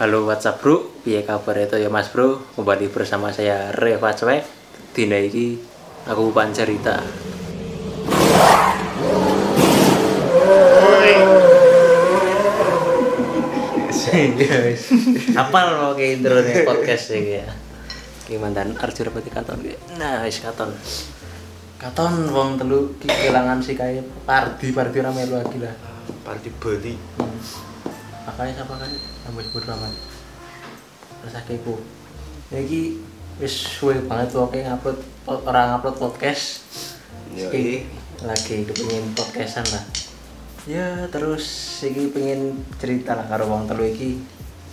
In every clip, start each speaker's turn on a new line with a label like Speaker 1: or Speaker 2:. Speaker 1: Halo WhatsApp Bro, piye kabar itu ya Mas Bro? Kembali bersama saya Reva Cuek. Dina iki aku pan cerita. Serius. Apal mau ke intro nih podcast ini ya. Gimana dan arjur pati katon. ki. Nah, wis katon. Katon wong telu ki kelangan si kae Pardi Pardi ora melu lagi lah.
Speaker 2: Parti Bali
Speaker 1: makanya siapa kan ambil sebut nama terus aku jadi wis suwe banget tuh oke ngupload po- orang ngupload podcast
Speaker 2: Yoi.
Speaker 1: Iki lagi kepengin podcastan lah ya terus iki pengen cerita lah karo wong telu iki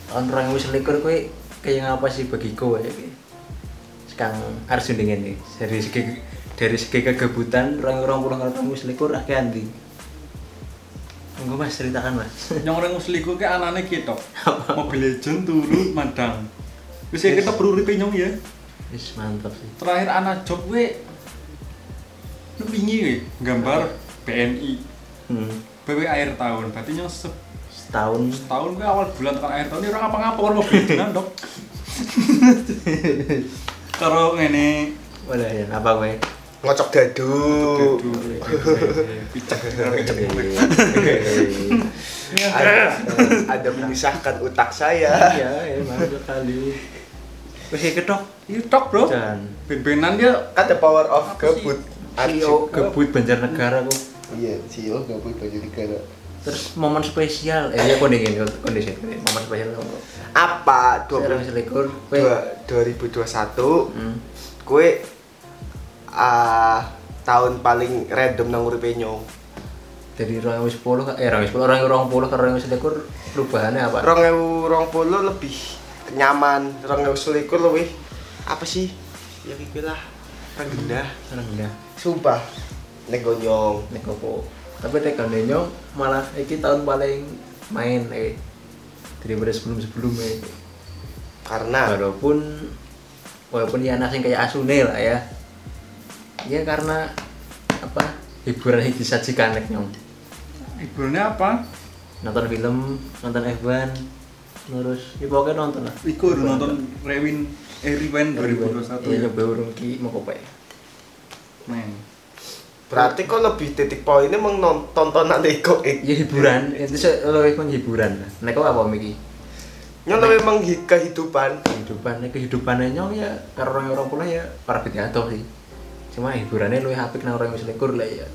Speaker 1: tahun orang wis likur kue kayak ngapa sih bagi kowe sekarang harus dengan nih dari segi dari segi kegebutan orang-orang pulang karo tamu wis likur akhirnya anti Enggak mas ceritakan mas
Speaker 3: Yang orang musliku ke anane kita. Mobile Legend turu madang. Wis ya kita perlu ripe nyong ya.
Speaker 1: Wis mantap sih.
Speaker 3: Terakhir anak job we lu wingi we gambar BNI
Speaker 1: Hmm.
Speaker 3: BW akhir tahun. Berarti nyong se-
Speaker 1: Setahun
Speaker 3: setahun ke awal bulan tekan akhir tahun ini orang apa ngapa orang Mobile Legend dok. Karo ngene
Speaker 1: Walah ya, apa gue?
Speaker 2: ngocok dadu.
Speaker 3: Oh. picek
Speaker 1: Iya,
Speaker 2: Ada, eh, ada memisahkan utak saya.
Speaker 1: Iya, emang sekali. Wis iki tok.
Speaker 3: Ini dok bro.
Speaker 1: Dan
Speaker 3: Pimpinan dia
Speaker 2: Kan the power of
Speaker 3: Apa sih? Iya,
Speaker 2: kebut.
Speaker 1: CEO Gebut Banjarnegara aku.
Speaker 2: Iya, CEO gabut baju negara.
Speaker 1: Terus momen spesial, eh ya kondisi ini, kondisi ini. momen spesial aku.
Speaker 2: Apa?
Speaker 1: Serang
Speaker 2: 20,
Speaker 1: selikur, kue.
Speaker 2: dua- 2021
Speaker 1: Hmm.
Speaker 2: kue ah tahun paling random nang uripe nyong.
Speaker 1: Dari orang wis 10 ke- eh orang wis 10 orang orang 10 ke orang wis selikur perubahannya apa?
Speaker 2: 2020 lebih nyaman, 2021 lebih apa sih? Ya ikilah rendah.
Speaker 1: Rendah.
Speaker 2: Sumpah, nek gonyong.
Speaker 1: Nek opo. Tapi nek kandenyo malah iki tahun paling main eh daripada sebelum-sebelumnya.
Speaker 2: karena
Speaker 1: walaupun walaupun ya anak sing kayak asune lah ya ya karena apa hiburan yang disajikan nek nyong
Speaker 3: hiburannya apa?
Speaker 1: nonton film nonton F1 terus ya pokoknya nonton lah
Speaker 3: Iku udah nonton Rewin eh Rewind 2021
Speaker 1: iya
Speaker 3: ya.
Speaker 1: nyoba urung ki mau kopi
Speaker 3: Neng.
Speaker 2: berarti kok lebih titik poinnya meng non- tontonan eko ik
Speaker 1: ya hiburan itu se- lebih penghiburan lah nek kok apa miki
Speaker 2: nyono memang hi- kehidupan
Speaker 1: kehidupan kehidupannya nyong ya karo orang orang pula ya para atau sih cuma hiburannya lebih apik nang orang yang selikur lah ya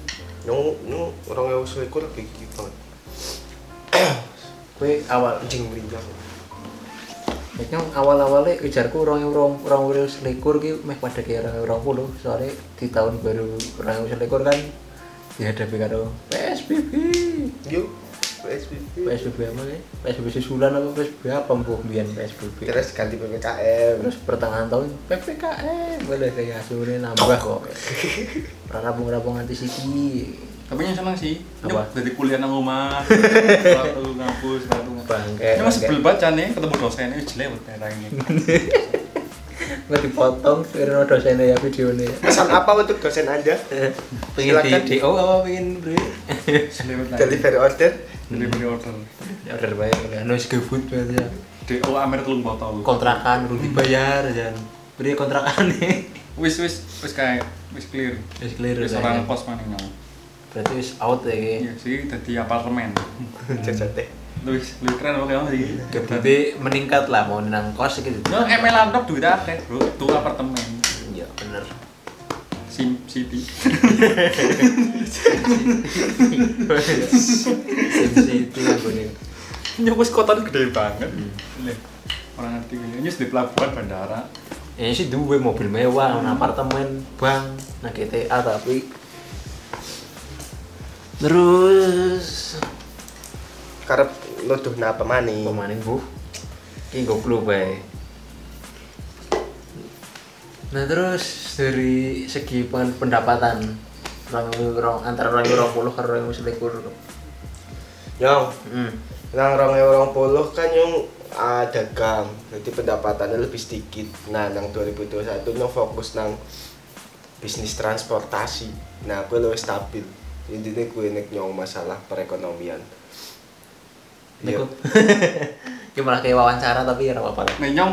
Speaker 2: nyong nyong orang yang usul iku lebih gigi banget
Speaker 1: kue awal
Speaker 2: anjing merinjang
Speaker 1: Kayaknya awal-awalnya ujarku orang orang orang orang selikur ki meh pada kayak orang orang puluh soalnya di tahun baru orang orang selikur kan dihadapi karo PSBB
Speaker 2: yuk PSBB
Speaker 1: PSBB apa sih PSBB susulan apa PSBB apa mbuh mbiyen PSBB
Speaker 2: terus ganti PPKM
Speaker 1: terus pertengahan tahun PPKM boleh kayak hasilnya nambah kok rabung-rabung anti siki
Speaker 3: Tapi yang seneng sih,
Speaker 1: Apa?
Speaker 3: nyok dari kuliah nang rumah, satu kampus, satu
Speaker 1: bangke
Speaker 3: Ini masih sebel banget nih, ketemu dosen ini jelek banget daerah ini.
Speaker 1: nggak dipotong karena dosennya ya videonya
Speaker 2: pesan apa untuk dosen anda
Speaker 1: Eh, pengen
Speaker 2: Silakan.
Speaker 1: di DO apa pengen beri
Speaker 3: Jelek banget. daerah
Speaker 2: delivery order
Speaker 3: ini. Delivery order.
Speaker 1: order baik harus gebut berarti ya
Speaker 3: DO Amer telung botol.
Speaker 1: kontrakan belum dibayar dan beri kontrakan nih
Speaker 3: Wis wis wis kayak wis clear.
Speaker 1: Wis clear,
Speaker 3: Wis
Speaker 1: udah, ya.
Speaker 3: orang kos maning nang.
Speaker 1: berarti wis out ya ki
Speaker 3: Iya sih, tadi apartemen.
Speaker 2: jajan teh
Speaker 3: Lu wis lu keren banget kamu sih.
Speaker 1: Gebute meningkat lah mau nang kos gitu
Speaker 3: Nyok ML laptop duit akeh, Bro. Tuh apartemen.
Speaker 1: ya bener
Speaker 3: Sim City.
Speaker 1: sensi itu lah gue
Speaker 3: Nyok wis kota gede banget.
Speaker 1: Hmm.
Speaker 3: Leh, Orang ngerti ini Nyok di pelabuhan bandara.
Speaker 1: ini Eh, sih duwe mobil mewah nang apartemen bang nah GTA tapi terus
Speaker 2: karep nuduh napa maning
Speaker 1: pemaning bu ini goblok bae nah terus dari segi pen- pendapatan orang orang antara orang orang puluh ke orang selikur
Speaker 2: nyong
Speaker 1: hmm.
Speaker 2: Nah, orang orang puluh kan yang ah, dagang, jadi pendapatannya lebih sedikit. Nah, nang 2021 nyong fokus nang bisnis transportasi. Nah, aku lebih stabil. Intinya gue nek nyong masalah perekonomian. Iya.
Speaker 1: Niku- Ini malah kayak wawancara tapi ya ora apa-apa. lah.
Speaker 3: Nek nyong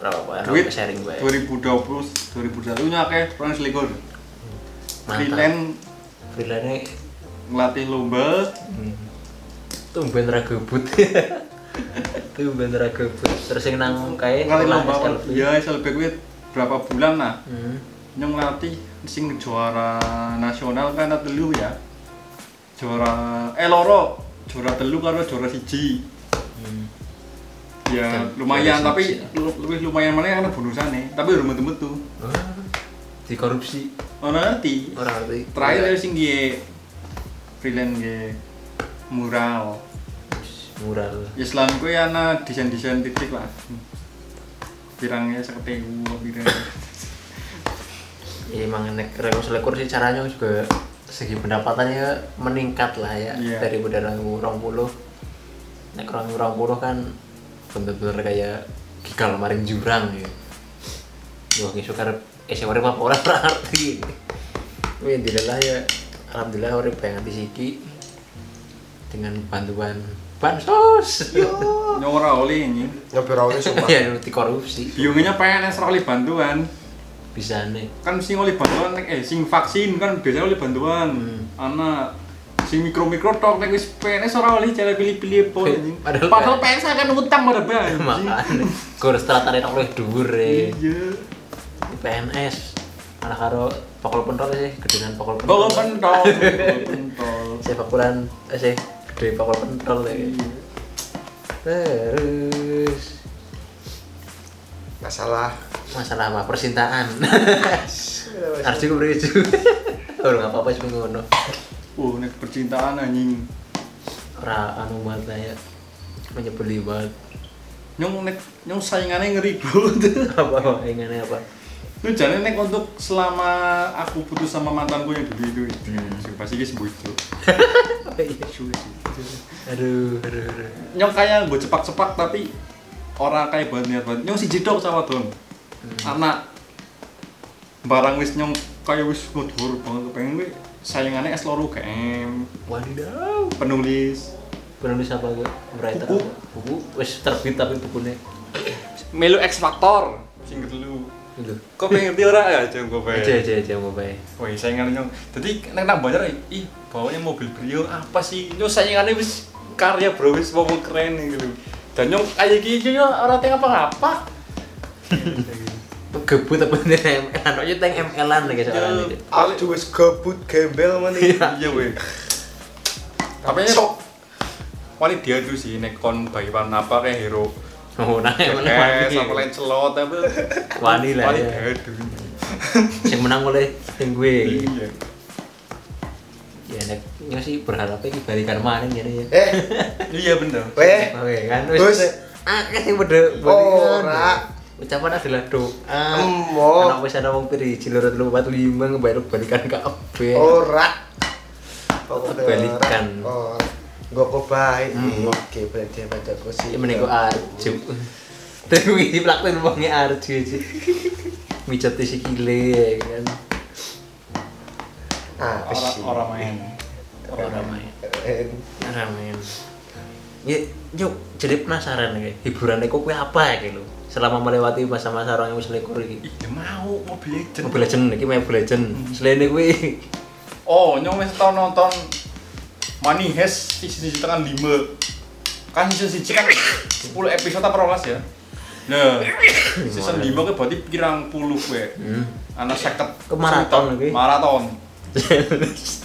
Speaker 1: Ora apa-apa, ora
Speaker 3: duit
Speaker 1: apa-apa, sharing gue.
Speaker 3: 2020 2021 nya akeh orang selikur.
Speaker 1: Mantap.
Speaker 3: Freelance
Speaker 1: Freelance
Speaker 3: ngelatih lomba
Speaker 1: tumben ra gabut. tumben ra gabut. Terus yang nang kae
Speaker 3: ngelatih
Speaker 1: sekolah
Speaker 3: lomba
Speaker 1: SLB.
Speaker 3: ya SLB kuwi berapa bulan nah
Speaker 1: Hmm.
Speaker 3: nyong ngelatih sing juara nasional kan ada telu ya juara eh loro juara telu karo juara siji
Speaker 1: Hmm.
Speaker 3: ya
Speaker 1: Dan
Speaker 3: lumayan
Speaker 1: juara
Speaker 3: tapi
Speaker 1: siji.
Speaker 3: lu- lebih lumayan mana karena bonusane tapi udah metu metu
Speaker 1: Ah, dikorupsi
Speaker 3: ono nanti
Speaker 1: orang ngerti Iya.
Speaker 3: terakhir sing gue freelance gue mural
Speaker 1: murah lah.
Speaker 3: ya selain gue ana desain desain titik lah pirangnya seperti pirang
Speaker 1: Ya, emang nek rekor selekur sih caranya juga segi pendapatannya meningkat lah ya
Speaker 3: Iya.
Speaker 1: dari udara orang puluh nek orang orang puluh kan bener-bener kayak gigal maring jurang ya yo ki suka eh sing urip apa ora ora ngerti Wih, dilelah ya alhamdulillah urip pengen disiki dengan bantuan bansos
Speaker 3: nyora oleh ini
Speaker 2: Nyobi rawone sumpah.
Speaker 1: ya anti korupsi
Speaker 3: biungnya pengen esra oleh bantuan
Speaker 1: bisa nih
Speaker 3: kan sing oleh bantuan nek- eh sing vaksin kan biasanya oleh bantuan anak sing mikro mikro tok nek wis PNS ora oleh cara pilih-pilih apa anjing
Speaker 1: Padahal-
Speaker 3: padahal PNS akan utang pada bank
Speaker 1: makanya gue harus teratarin oleh dhuwur ya
Speaker 3: iya
Speaker 1: PNS malah karo pokol pentol sih gedean pokol pentol
Speaker 3: kalau pentol kalau pentol Iya.
Speaker 1: saya pokolan eh sih gede pokol pentol ya terus
Speaker 2: Masalah.
Speaker 1: masalah apa percintaan harus juga beriju oh nggak apa-apa cuma ngono
Speaker 3: uh nek percintaan anjing
Speaker 1: ora anu banget lah ya menyebeli banget
Speaker 3: nyong nek nyong saingannya ngeri banget
Speaker 1: apa ingatnya apa
Speaker 3: Lu jalan nek untuk selama aku putus sama mantanku yang dulu itu, itu. Sing pasti guys bocor.
Speaker 1: Apa iya? aduh aduh aduh
Speaker 3: Nyong kayak gue cepak-cepak tapi orang kayak buat niat banget. Nyong si jidok sama dong. Hmm. Anak barang wis nyong kayak wis motor banget pengen gue sayangannya es loro KM
Speaker 1: wadidaw
Speaker 3: penulis
Speaker 1: penulis apa gue writer
Speaker 3: Buku.
Speaker 1: apa buku wes terbit tapi bukunya
Speaker 3: melu X Factor sing dulu
Speaker 1: itu
Speaker 3: kok pengen ngerti ora ya jeng gue
Speaker 1: aja aja aja mau baik
Speaker 3: Woi, saingan nyong. Jadi nek nang banjar ih, bawanya mobil Brio apa sih? Nyong saingane wis karya bro wis wong keren gitu. Dan nyong kaya iki iki yo ora teng apa-apa.
Speaker 1: gebut apa nih ML anaknya tank ML-an lagi soalnya
Speaker 3: Iya.
Speaker 2: Aduh wis gabut gembel meneh.
Speaker 3: Iya weh. Tapi
Speaker 2: Sok.
Speaker 3: sok wali dia tuh sih nek kon bayi apa kayak hero.
Speaker 1: oh nah emang
Speaker 3: Kayak
Speaker 1: wani
Speaker 3: sama lain celot apa.
Speaker 1: wani lah
Speaker 3: Wali
Speaker 1: ya
Speaker 3: dia dulu.
Speaker 1: yang menang oleh yang gue
Speaker 3: Iya.
Speaker 1: ya nek nyo sih berharapnya ini balikan maning jadi ya
Speaker 2: Eh,
Speaker 3: Iya bener.
Speaker 2: weh.
Speaker 1: oke kan
Speaker 2: Eh, Terus? Oh,
Speaker 1: wis akeh sing padha balikan
Speaker 2: Ora.
Speaker 1: ucapan adalah doa
Speaker 2: Emo.
Speaker 1: ana wis ana wong piri cilur lu pat lima ngebayar balikan kabeh
Speaker 2: Ora.
Speaker 1: Balikan.
Speaker 2: Gue kok baik. Oke, berarti pada kursi.
Speaker 1: ya mending kok arju tapi ini pelakuin uangnya arju aja mijat di sikile ya kan
Speaker 2: Ah,
Speaker 3: Ora
Speaker 2: sih.
Speaker 3: ora main.
Speaker 1: orang main
Speaker 2: Eh,
Speaker 1: ramen ya yuk jadi penasaran ya hiburan kok kue apa ya lo selama melewati masa-masa orang yang selikur ini
Speaker 3: Ih, dia mau mobil legend.
Speaker 1: Mobile Legend, ini main Mobile Legend
Speaker 3: Hmm.
Speaker 1: selain itu kue
Speaker 3: Oh, nyong wis tau nonton Money Heist season siji tekan 5. Kan season siji kan 10 episode apa 12 ya? Nah, season 5 kuwi berarti pirang puluh kuwi. Ana 50.
Speaker 1: Hmm. Ke maraton
Speaker 3: cerita.
Speaker 1: kuwi.
Speaker 3: Maraton.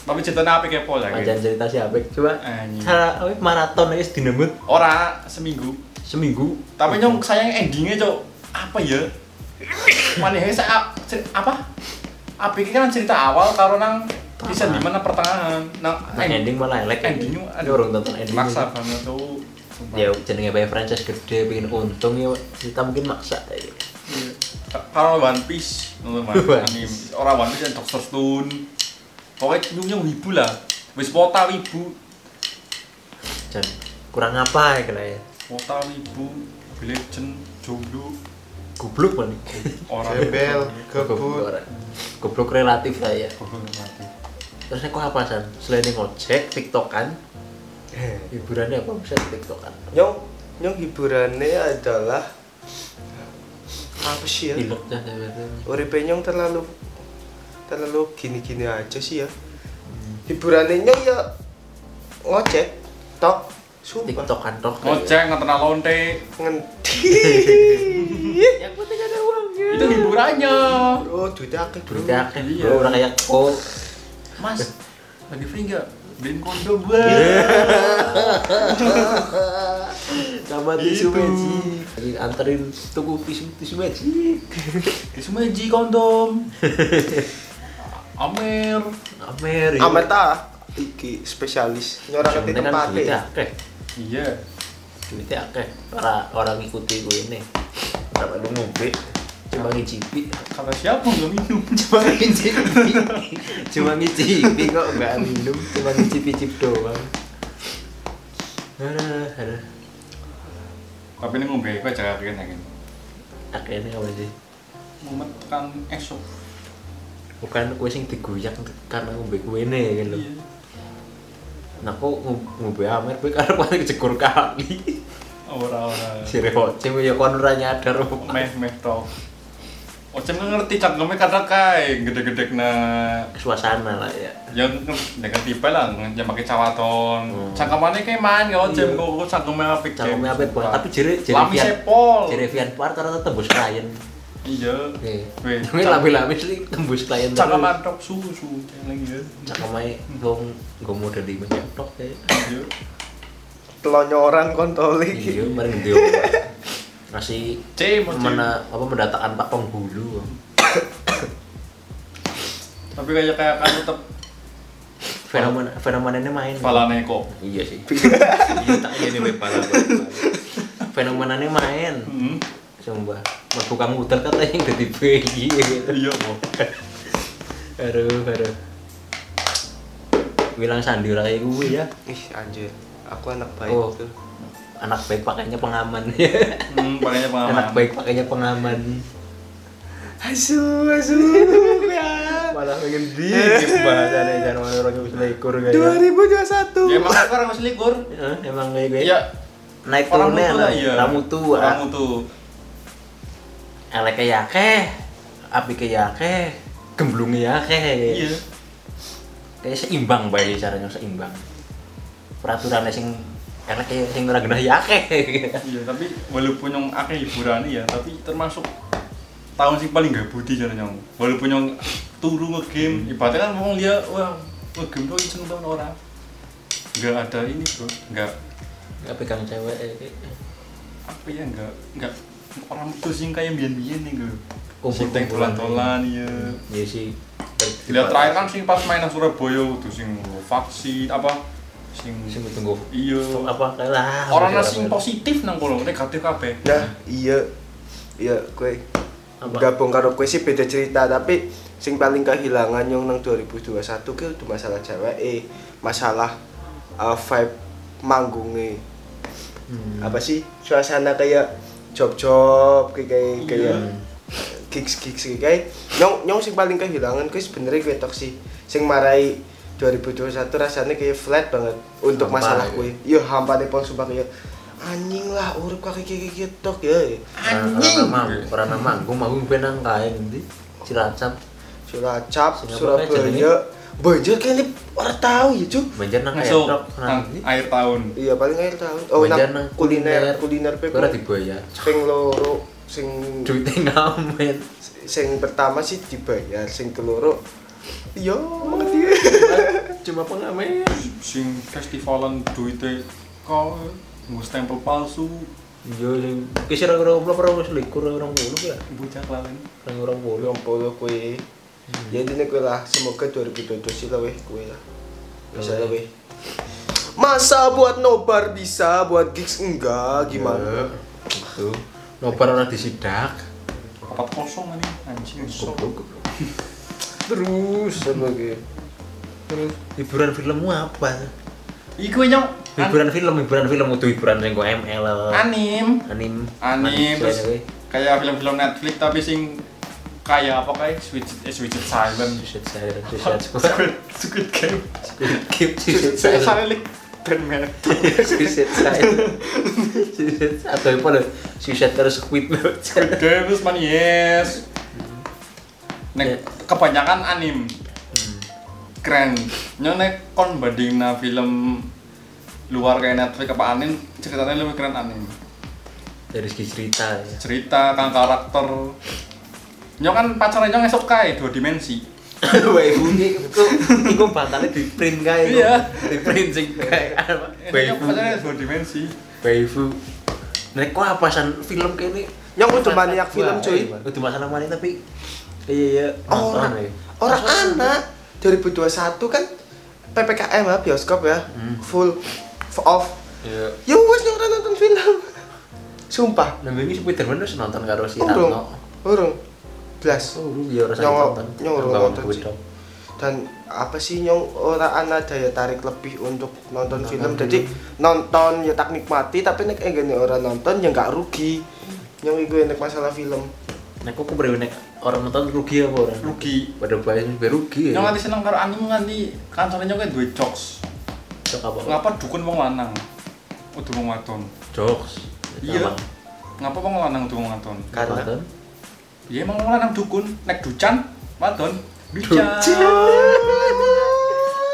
Speaker 3: Tapi ceritanya apa kepo ya?
Speaker 1: panjang cerita siapa coba
Speaker 3: Anjing.
Speaker 1: cara apa maraton ya dinamut
Speaker 3: Ora seminggu.
Speaker 1: seminggu
Speaker 3: Tapi nyong sayang endingnya cok apa ya? Money Heist a- cer- apa? Apik kan cerita awal karo nang
Speaker 1: Pertengahan.
Speaker 3: season dimana pertengahan nang
Speaker 1: nah, ending malah elek
Speaker 3: endingnya ada
Speaker 1: orang tonton ending
Speaker 3: maksa banget tuh sumpah.
Speaker 1: ya jenenge bayi franchise gede pengen untung ya cerita mungkin maksa ya.
Speaker 3: Iya. kalau One Piece nonton One
Speaker 1: One
Speaker 3: anime orang One Piece yang Doctor Stone pokoknya nyung nyung wibu lah wis wota wibu
Speaker 1: dan kurang apa ya kena ya
Speaker 3: wota wibu legend jomblo
Speaker 1: goblok kan
Speaker 3: orang
Speaker 2: Gembel,
Speaker 1: Goblok
Speaker 2: gebut.
Speaker 1: orang. goblok relatif lah ya
Speaker 3: Goblok mati.
Speaker 1: terus aku apa san selain ngojek tiktokan
Speaker 2: Eh,
Speaker 1: hiburannya apa bisa kan? tiktokan
Speaker 2: Nyong, nyong hiburannya adalah apa sih ya
Speaker 1: di Jogja sebenarnya
Speaker 2: Uripe nyong terlalu terlalu gini-gini aja sih ya
Speaker 1: Hmm.
Speaker 2: hiburannya nyong ya ngocek tok sumpah
Speaker 1: TikTok kan tok
Speaker 3: ngoceng ngetena lonte
Speaker 2: ngenti
Speaker 1: yang penting ada uangnya
Speaker 3: itu hiburannya
Speaker 2: oh duitnya akeh bro
Speaker 1: berarti akeh
Speaker 3: Iya.
Speaker 1: bro orang kayak oh
Speaker 3: mas lagi free nggak beliin kondom gue
Speaker 1: sama tisu
Speaker 3: Itu.
Speaker 1: magic Lagi anterin tuku tisu tisu magic
Speaker 3: di semeji kondom Amer
Speaker 1: Amer ya.
Speaker 2: amat ah iki spesialis nyorang ke
Speaker 1: Yang penting kan duitnya
Speaker 2: tempatnya
Speaker 1: akeh
Speaker 3: iya
Speaker 1: duitnya akeh orang orang ngikuti gue ini
Speaker 2: sama lu ngombe
Speaker 1: cuma ngicipi
Speaker 3: kata siapa nggak minum
Speaker 1: cuma ngicipi cuma ngicipi kok nggak minum cuma ngicipi cip doang Aduh, aduh.
Speaker 3: tapi ini ngombe gue jaga kalian yang ini
Speaker 1: akhirnya apa sih
Speaker 3: momen tekan esok
Speaker 1: bukan kue sing diguyak karena ngombe kue ini gitu
Speaker 3: iya
Speaker 1: nah kok ngom- ngombe amer kue karena kue kejegur kali
Speaker 3: ora-ora
Speaker 1: si revoce ya kon ora nyadar
Speaker 3: meh meh tau Ocem kan ngerti cangkemnya kata kai gede-gede na
Speaker 1: suasana lah ya
Speaker 3: yang ngerti tipe lah yang pakai cawaton
Speaker 1: Hmm.
Speaker 3: cangkemannya kayak main ya
Speaker 1: Iya.
Speaker 3: Ocem kok kok cangkemnya apik gitu,
Speaker 1: cangkeme apik banget tapi jere jere
Speaker 3: Lami
Speaker 1: Vian-
Speaker 3: sepol.
Speaker 1: jere Vian Puar karena tembus klien
Speaker 3: iya
Speaker 1: Nih,
Speaker 3: Weh,
Speaker 1: ini lami-lami sih tembus klien terus.
Speaker 3: cangkeman tok susu lagi ya
Speaker 1: cangkeme gong gong model di mencetok ya
Speaker 3: iya
Speaker 2: telonyoran kontoli
Speaker 1: iya mari ngendi ngasih
Speaker 3: Cem, Ocem.
Speaker 1: mana apa mendatangkan pak penghulu
Speaker 3: tapi kayak kayak kan tetep
Speaker 1: fenomena fenomena ini main
Speaker 3: kepala neko
Speaker 1: iya sih iya tak iya nih pala fenomena ini main
Speaker 3: hmm.
Speaker 1: coba mau buka muter kata yang jadi bayi gitu.
Speaker 3: iya kok
Speaker 1: aduh aduh bilang sandi orang kayak gue ya
Speaker 2: ih anjir aku anak baik
Speaker 1: oh
Speaker 2: tuh
Speaker 1: anak baik pakainya pengaman
Speaker 3: hmm, palanya pengalaman
Speaker 1: anak baik pakainya pengaman
Speaker 2: asu asu ya
Speaker 1: malah pengen di bahasannya jangan mau orang yang bisa ikut kayak ya.
Speaker 2: 2021
Speaker 3: ya emang aku orang masih likur
Speaker 1: Eh, emang kayak gue
Speaker 3: iya
Speaker 1: naik
Speaker 3: orang
Speaker 1: turunnya
Speaker 3: mutu lah iya
Speaker 1: ramu tua
Speaker 3: orang mutu
Speaker 1: elek ya akeh api ya akeh gemblunge ya akeh kayak.
Speaker 3: iya
Speaker 1: kayak seimbang bae caranya seimbang peraturan sing elek ya sing ora genah ya akeh
Speaker 3: iya tapi walaupun yang akeh hiburan ya tapi termasuk tahun sih paling gak budi jalan yang walaupun yang turu
Speaker 1: Hmm.
Speaker 3: ngegame ibaratnya kan ngomong dia wah ngegame tuh seneng banget orang nggak ada ini bro nggak
Speaker 1: nggak pegang cewek eh, eh.
Speaker 3: apa ya nggak nggak orang mutu sih kayak bian-bian nih gue
Speaker 1: Kumpul-kumpulan.
Speaker 3: Sinteng tolan-tolan iya
Speaker 1: iya sih
Speaker 3: Dilihat terakhir kan sing pas mainan Surabaya itu sing vaksin apa sing
Speaker 1: sing tunggu
Speaker 3: iya
Speaker 1: apa kalah
Speaker 3: orang sing positif nang kono negatif kabeh.
Speaker 2: Nah, iya. Iya, kue
Speaker 1: Apa?
Speaker 2: gabung karo kue sih beda cerita, tapi sing paling kehilangan yang nang 2021 ki itu masalah cewek eh masalah eh, vibe manggungnya apa sih suasana kayak job-job kayak kayak kayak gigs gigs kayak kayak nyong nyong sing paling kehilangan kue sebenarnya kue toksi sing marai 2021 rasanya kayak flat banget untuk
Speaker 1: Hampa,
Speaker 2: masalah
Speaker 1: ya.
Speaker 2: kue iya hampa deh pol sumpah kayak anjing lah urip kakek kakek tok ya
Speaker 1: anjing orang nama manggung manggung penang kae ngendi Cilacap
Speaker 2: Cilacap
Speaker 1: Singapura jenenge?
Speaker 2: Surabaya Banjir kayaknya orang tahu ya cuy
Speaker 1: banjir nang kae
Speaker 3: Masuk
Speaker 1: truk nang
Speaker 3: Nah, nang air tahun.
Speaker 2: iya paling akhir tahu oh
Speaker 1: Banjir
Speaker 2: nang kuliner kuliner pe
Speaker 1: ora dibayar
Speaker 2: sing loro sing
Speaker 1: duitnya ngamen
Speaker 2: sing pertama sih dibayar sing keloro Iya, yo ngerti
Speaker 1: cuma pengamen
Speaker 3: Sing festivalan duite kau nggo stempel palsu
Speaker 1: Iya, sing kisir orang goblok orang wis likur orang mulu ya.
Speaker 3: bocah lawan.
Speaker 1: Orang orang mulu.
Speaker 2: belum polo kue ya ini kue lah semoga 2022 sih lebih kue lah bisa
Speaker 1: Lebih.
Speaker 2: lebih masa buat nobar bisa buat gigs enggak gimana
Speaker 1: Itu Iya, gitu. nobar orang disidak.
Speaker 3: Papat kosong ini anjing kosong.
Speaker 1: Goblok. goblok.
Speaker 2: terus sebagai
Speaker 1: Terus hiburan filmmu apa?
Speaker 3: Iku nyong an-
Speaker 1: Hiburan film, hiburan film itu hiburan yang gue ML.
Speaker 3: anim
Speaker 1: Anim.
Speaker 3: anim terus
Speaker 1: Manusia, weh.
Speaker 3: kayak film-film Netflix tapi sing kayak apa kayak Switch eh, Switch Silent.
Speaker 1: Suicide Silent, Suicide
Speaker 3: Squid
Speaker 1: Squad.
Speaker 3: Squid Game.
Speaker 1: Squid Game, Suicide
Speaker 3: Suicide
Speaker 1: Silent.
Speaker 3: Silent. Ben merek.
Speaker 1: Suicide saya. Suicide atau apa loh? Suicide terus squid loh.
Speaker 3: Gede wis man yes. Nek kebanyakan anim. Keren. Nyong nek kon bandingna film luar kayak Netflix apa anim, ceritanya lebih keren anim.
Speaker 1: Dari segi cerita ya.
Speaker 3: Cerita kang karakter. Nyong kan pacarnya nyong esok kae dua dimensi.
Speaker 1: Waifu ini kok iku batalnya di print kae. kok.
Speaker 3: Iya.
Speaker 1: Di print sing kae apa?
Speaker 3: Nyong Eh, pacarnya dua dimensi.
Speaker 1: Waifu. Nek kok apa san film kene? iya,
Speaker 2: Nyong kudu maniak film, cuy.
Speaker 1: Udah masalah mana tapi iya iya.
Speaker 2: orang
Speaker 1: nonton, ya.
Speaker 2: orang
Speaker 1: Masalah-
Speaker 2: anak 2021 kan PPKM ya bioskop ya full f- off
Speaker 1: Iya.
Speaker 2: ya wes yang ora nonton film sumpah
Speaker 1: Nah, wingi Spiderman wis nonton karo si
Speaker 2: urung
Speaker 1: Retno.
Speaker 2: urung blas
Speaker 1: Oh, urung ya ora
Speaker 2: Nyong-
Speaker 1: nonton.
Speaker 2: nyong urung
Speaker 1: Bangun
Speaker 2: nonton,
Speaker 1: budak.
Speaker 2: dan apa sih nyong ora ana daya tarik lebih untuk
Speaker 1: Nonton
Speaker 2: nonton film
Speaker 1: film.
Speaker 2: jadi nonton ya tak nikmati tapi nek enggak orang nonton ya nggak rugi nyong iku enak masalah film
Speaker 1: Nek kok beri nek orang nonton rugi apa orang?
Speaker 3: Rugi.
Speaker 1: Pada bayar juga rugi ya.
Speaker 3: Nyong nanti seneng karo anim nanti kantornya nyong kan dua jokes.
Speaker 1: Cok apa?
Speaker 3: Ngapa dukun wong lanang? Udah wong wadon.
Speaker 1: Jokes.
Speaker 3: Iya.
Speaker 1: Apa?
Speaker 3: Ngapa wong lanang udah wong wadon?
Speaker 2: Karena-
Speaker 1: Nonton.
Speaker 3: Ya emang wong lanang dukun, nek ducan, wadon, ducan.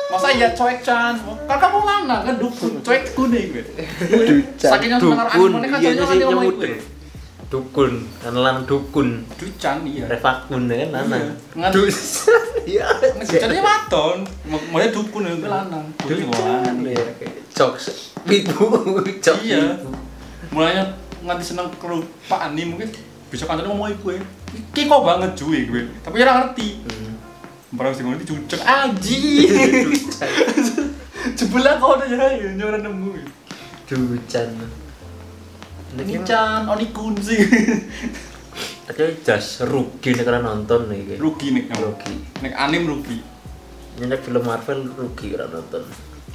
Speaker 3: Masa iya cuek can? Kan kamu lanang kan dukun, Eh, cuek kuning gue. Saking yang mengenal
Speaker 1: dukun.
Speaker 3: anime kan
Speaker 1: Iya
Speaker 3: cocok
Speaker 1: sih
Speaker 3: nanti ngomongin
Speaker 1: nyebut.
Speaker 3: gue.
Speaker 1: Dukun. Kan lan dukun.
Speaker 3: Ducan iya.
Speaker 1: Revakun ya kan lanang.
Speaker 3: Iya. Ngan-
Speaker 1: Iya.
Speaker 3: Nek ducan ya wadon, Mau- maunya dukun ya gue lanang. Dukun wong
Speaker 1: Ducan.
Speaker 3: lanang.
Speaker 1: ya, kayak Jokes. Ibu. Jokes.
Speaker 3: Iya.
Speaker 1: ibu.
Speaker 3: Mulanya nganti seneng kelupaan nih mungkin bisa kantornya ngomongin gue. Iki kok banget cuy gue. Tapi ya ora ngerti.
Speaker 1: Hmm.
Speaker 3: Barang sing ngerti cucek aji.
Speaker 1: Ducan.
Speaker 3: Jebelah kau udah jalan, nyoran nemu. ya.
Speaker 1: Ducan. Ini kan
Speaker 3: Nican, onikun sih.
Speaker 1: tapi jas rugi nih karena nonton nih kayak.
Speaker 3: rugi nek kamu.
Speaker 1: Rugi.
Speaker 3: Nek anim rugi.
Speaker 1: Ini nek film Marvel rugi karena nonton.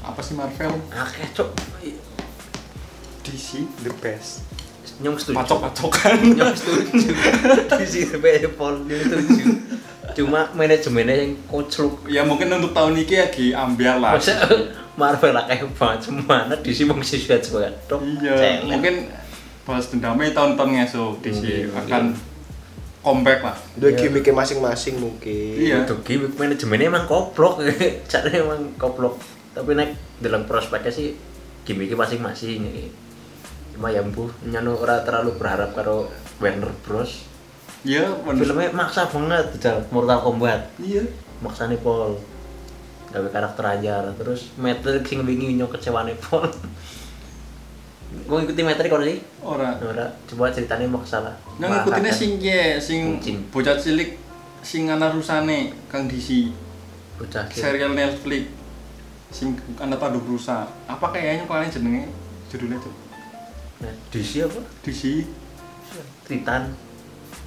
Speaker 3: Apa sih Marvel?
Speaker 1: Akeh cok.
Speaker 3: DC the best.
Speaker 1: Nyong setuju.
Speaker 3: Pacok-pacokan.
Speaker 1: yang setuju di sini Paul yang setuju cuma manajemennya yang kocluk
Speaker 3: ya mungkin untuk tahun ini lagi ambiar lah.
Speaker 1: masa Marvel lah kayak banget semuanya di sini mungkin sesuai sebagai dok
Speaker 3: Iya,
Speaker 1: Celeng.
Speaker 3: mungkin balas dendamnya tahun-tahun ngesuk DC
Speaker 1: Mungkin,
Speaker 3: akan comeback lah.
Speaker 2: dua
Speaker 1: Iya.
Speaker 2: gimmicknya masing-masing mungkin
Speaker 3: Iya.
Speaker 1: itu gimmick Gitu, manajemennya emang koplok caranya emang koplok tapi nek dalam prospeknya sih gimmicknya masing-masing ya. cuma ya bu nyano ora terlalu berharap karo Warner Bros
Speaker 3: Iya, bener.
Speaker 1: filmnya maksa banget jal Mortal Kombat
Speaker 3: Iya.
Speaker 1: maksane Paul gawe karakter anyar terus Matrix sing wingi nyok kecewane Paul Gue ngikuti Matrix kalau sih
Speaker 3: Ora.
Speaker 1: Nora coba ceritanya mau salah
Speaker 3: Nang Iya. ngikutinnya sing ye, sing
Speaker 1: Kucing.
Speaker 3: bocah cilik sing ana rusane Kang DC.
Speaker 1: bocah sih
Speaker 3: serial Netflix sing anak tadu berusaha apa kayaknya kalian jenenge judulnya tuh
Speaker 1: nah, DC apa
Speaker 3: DC
Speaker 1: Titan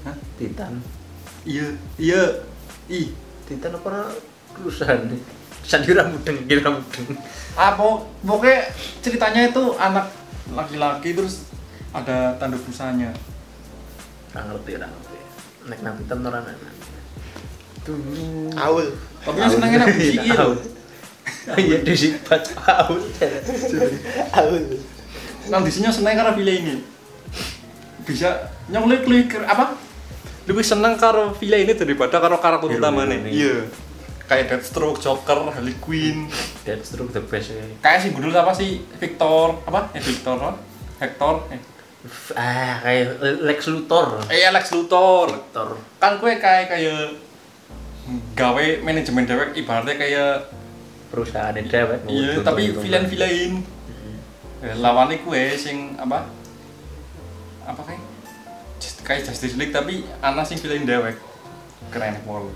Speaker 3: Hah?
Speaker 1: Titan
Speaker 3: iya iya i
Speaker 1: Titan apa Nora? perusahaan Sandira mudeng kira mudeng
Speaker 3: apa Ah, pokoknya ceritanya itu anak laki-laki terus ada tanda busanya
Speaker 1: nggak ngerti nggak ngerti nek nang Titan orang nana
Speaker 3: dulu
Speaker 2: Aul
Speaker 3: tapi yang senengnya nak busi iya loh
Speaker 1: iya DC baca haul
Speaker 2: Aul
Speaker 3: nang disinya seneng karena villa ini bisa nyong lebih klik apa lebih seneng karo villa ini daripada karo karakter
Speaker 1: Hero
Speaker 3: utamanya
Speaker 1: ini.
Speaker 3: iya kayak Deathstroke, Joker, Harley Quinn
Speaker 1: Deathstroke the best eh. ya.
Speaker 3: kayak si gundul apa sih Victor apa eh Victor apa? Hector eh
Speaker 1: ah kayak Lex Luthor
Speaker 3: eh Alex Luthor
Speaker 1: Luthor
Speaker 3: kan kue kayak kayak gawe manajemen dewek ibaratnya kayak
Speaker 1: perusahaan ini dewek
Speaker 3: iya tapi villain villain lawannya kue sing apa apa kayak Just- kayak Justice League tapi anak sing villain dewek keren pol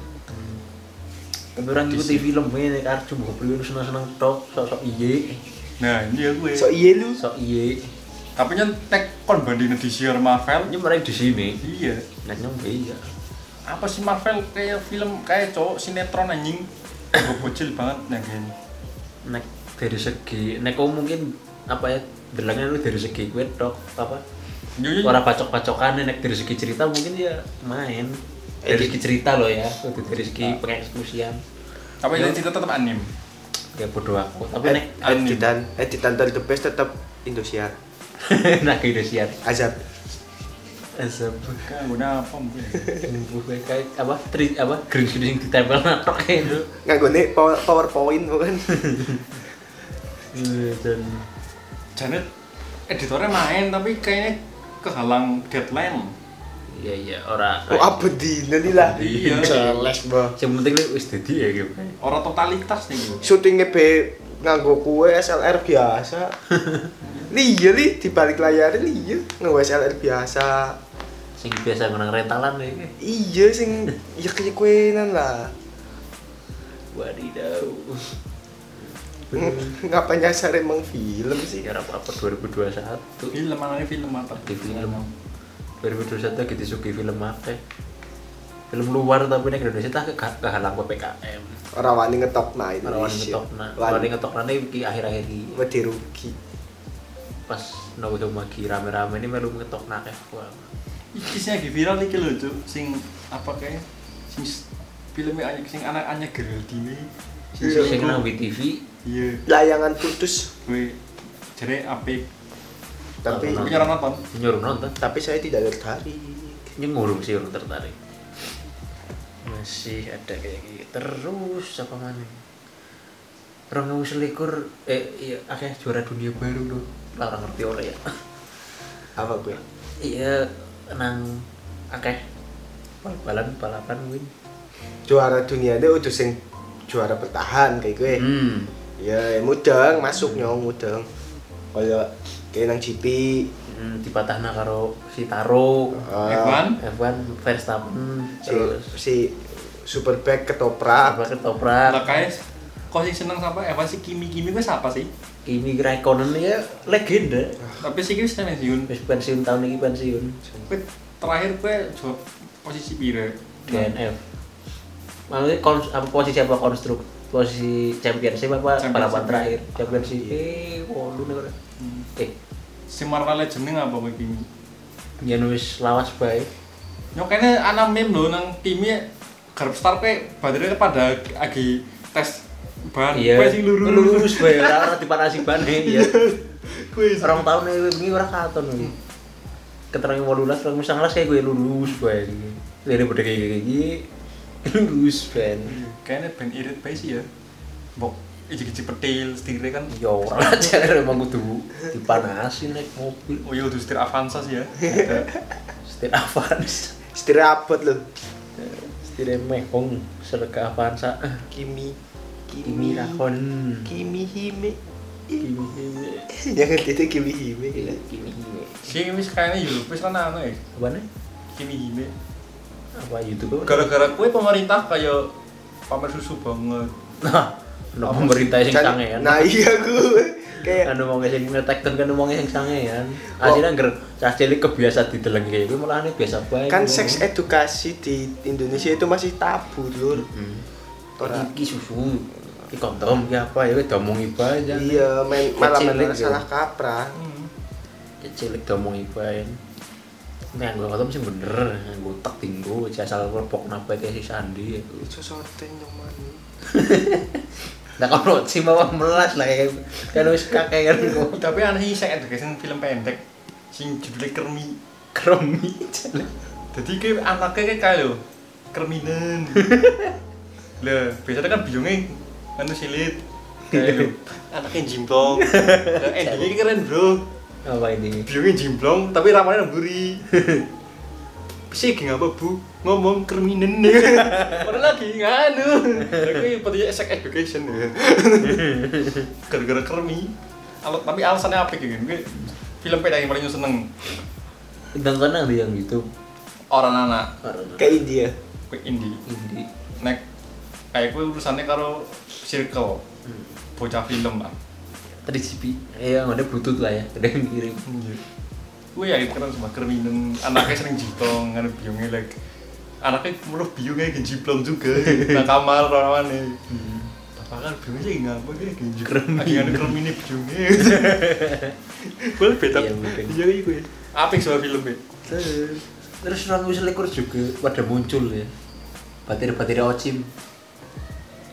Speaker 1: tapi orang ngikuti film ini kan cuma beli seneng seneng tok sosok iye
Speaker 3: nah iya kue
Speaker 2: so iya lu
Speaker 1: sosok iye
Speaker 3: tapi nyentek kon bandingin DC sama Marvel
Speaker 1: ini mereka di sini
Speaker 3: iya
Speaker 1: dan yang beda
Speaker 3: apa sih Marvel kayak film kayak cowok sinetron anjing gue bocil banget nah kayaknya
Speaker 1: nek dari segi nek kau mungkin apa ya bilangnya lu dari segi gue tok apa
Speaker 3: Yo, yo,
Speaker 1: orang pacok pacokan nek dari segi cerita mungkin ya main Eh, Ah. dari segi cerita loh ya dari segi pengeksekusian
Speaker 3: tapi ini cerita tetap anim
Speaker 1: kayak bodoh Ya aku tapi nek
Speaker 2: Ed- editan editan terbest tetap Indosiar
Speaker 1: nah Indosiar
Speaker 2: azab
Speaker 1: asap
Speaker 3: Kan gue apa mungkin.
Speaker 1: bukan kayak apa tri apa green screen yang ditempel ya, natok kayak itu
Speaker 2: nggak gue power kan? powerpoint bukan
Speaker 1: Iya, dan
Speaker 3: Janet editornya main tapi kayaknya kehalang deadline.
Speaker 1: iya iya ora
Speaker 2: oh apa di nalilah
Speaker 3: Iya.
Speaker 2: jelas bah
Speaker 1: yang penting lu wis dadi ya gitu
Speaker 3: Orang totalitas nih gue.
Speaker 2: syutingnya be nganggo kue SLR biasa liya li di balik layar liya nganggo SLR biasa
Speaker 1: sing biasa menang rentalan ya iki.
Speaker 2: iya sing ya kayak kuenan lah
Speaker 1: Wadidaw.
Speaker 2: ngapa nyasar emang film sih
Speaker 1: Ya apa apa 2021.
Speaker 3: Film mana nih film mata?
Speaker 1: Di film 2021 lagi disugi film apa? Film luar tapi nek Indonesia tak ke- kehalang PPKM.
Speaker 2: orang wani ngetok nah ini
Speaker 1: Orang ngetokna, orang
Speaker 2: wani
Speaker 1: ngetokna iki akhir-akhir iki
Speaker 2: wedi rugi
Speaker 1: pas no Way Home lagi rame-rame ini melu ngetokna kayak wah.
Speaker 3: Iki sing lagi viral iki lho, Cuk. Sing apa kayak sing s- filmnya aja sing anak-anak Geraldine. Sing
Speaker 2: Iya.
Speaker 1: Sing
Speaker 3: iku.
Speaker 1: nang WTV
Speaker 3: Iya.
Speaker 2: layangan putus
Speaker 3: Gue jare apik.
Speaker 2: tapi
Speaker 1: Nah,
Speaker 3: Tapi orang nonton.
Speaker 1: nyuruh nonton,
Speaker 2: tapi saya tidak tertarik
Speaker 1: nyengurung sih orang tertarik. Masih ada kayak gitu. Terus apa mana? Orang selikur, eh iya, akeh juara dunia baru loh. Lah orang ngerti orang ya.
Speaker 2: apa gue
Speaker 1: iya nang akeh bal-balan balapan win
Speaker 2: juara dunia dia udah sing juara bertahan kayak gue
Speaker 1: hmm
Speaker 2: ya mudeng masuk nyong mudeng kayak kayak nang GP
Speaker 1: hmm, dipatahna karo si Taro
Speaker 2: eh,
Speaker 3: Evan,
Speaker 1: F1 Verstappen
Speaker 2: si,
Speaker 1: Ah. terus
Speaker 2: si Superbike ketoprak
Speaker 1: apa ketoprak
Speaker 3: lah kayak kok sing seneng sapa? Evan si Kimi Kimi gue siapa sih?
Speaker 1: Kimi Raikkonen ya legenda
Speaker 3: Tapi sih gue sih pensiun.
Speaker 1: wis pensiun tahun ini pensiun
Speaker 3: Gue terakhir gue jawab posisi pire.
Speaker 1: DNF maksudnya kons apa posisi apa konstruk posisi championship apa
Speaker 3: Championship.
Speaker 1: balapan terakhir championship eh waduh nih orang.
Speaker 3: Hmm.
Speaker 1: eh
Speaker 3: Si Marvel Legend ini apa gue Kimi?
Speaker 1: yen wis lawas baik
Speaker 3: Nyokane ana meme lho nang Kimi garap star pe baterainya pada lagi tes bahan
Speaker 1: iya
Speaker 3: Kowe Kan sing lurus.
Speaker 1: lurus bae ora ora dipanasi ban ya
Speaker 3: Kowe sing- Hmm.
Speaker 1: orang tahun ini ini orang katon ini keterangnya mau lulus orang misalnya kayak gue lulus bae dari pada kayak kayak gini lulus ben
Speaker 3: Kayaknya ben irit bae sih ya. Mbok iji-iji petil, setirnya kan
Speaker 1: ya orang aja emang kudu dipanasin naik mobil
Speaker 3: Oh iya, udah setir Avanza sih ya. Ada.
Speaker 1: setir Avanza
Speaker 2: setir abot loh
Speaker 1: setir mekong serga Avanza
Speaker 2: Kimi
Speaker 1: Kimi Rakon
Speaker 2: Kimi Hime
Speaker 1: Kimi Hime
Speaker 2: jangan itu Kimi Hime gila.
Speaker 1: Kimi Hime
Speaker 3: Si Kimi kayaknya Europe kan ana ya.
Speaker 1: apa nih
Speaker 3: Kimi Hime.
Speaker 1: e? apa YouTube apa
Speaker 3: Gara-gara kue pemerintah kayak pamer susu banget.
Speaker 1: nah no pemerintah sing
Speaker 2: Kan-
Speaker 1: sangean
Speaker 2: nah iya gue kayak
Speaker 1: anu wong sing ngetek kan anu wong sing sangean asline ngger cah cilik kebiasa dideleng kayak kuwi malah ini biasa bae
Speaker 2: kan seks edukasi di Indonesia itu masih tabu lur Ora-
Speaker 1: Hmm. iki susu iki kondom iki apa ya wis diomongi bae jan
Speaker 2: iya men malah
Speaker 1: Kecil
Speaker 2: malah
Speaker 1: gitu.
Speaker 2: salah kaprah
Speaker 3: Hmm.
Speaker 1: Cah cilik diomongi bae Nek nggo kondom sing bener, nggo tek tinggo jasa lepok napa kayak si Sandi.
Speaker 2: itu sorten yang mana
Speaker 1: Lah kalau si mawar melas lah kayak kan wis kakean kok
Speaker 3: Tapi aneh sih saya education film pendek sing judulnya Kermi.
Speaker 1: kremi cilik.
Speaker 3: Jadi kayak anaknya kayak kayak lo Kerminen. Lah, biasanya kan bingungnya anu silit. Kayak lo anaknya jimplong. Lah, endingnya ini keren, Bro.
Speaker 1: Apa ini?
Speaker 3: Bingungnya jimplong tapi ramanya nemburi. Sih gak apa bu, ngomong kerminen Padahal lagi nganu Tapi patutnya sex education ya Gara-gara kermi Alat, Tapi alasannya apa gitu Gue film peda yang paling seneng
Speaker 1: Nonton nang di yang YouTube.
Speaker 3: Orang anak
Speaker 1: Karena
Speaker 2: ke India
Speaker 3: Gue indie
Speaker 1: ini
Speaker 3: nek kayak gue urusannya karo circle bocah film lah
Speaker 1: 3GP ya ada butut lah ya ada yang kirim
Speaker 3: Iya. gue ya itu kan cuma kerminen anaknya sering jitong kan biyungnya like anaknya mulut biyungnya kayak jiplong juga nah kamar orang mana apa kan biyungnya sih nggak apa kayak gitu
Speaker 1: Kermin.
Speaker 3: lagi ada kermine biyungnya gue beda
Speaker 1: Iya, mungkin.
Speaker 3: iya gue apik soal film ya
Speaker 1: terus terus orang wis likur juga pada muncul ya batir batir ocim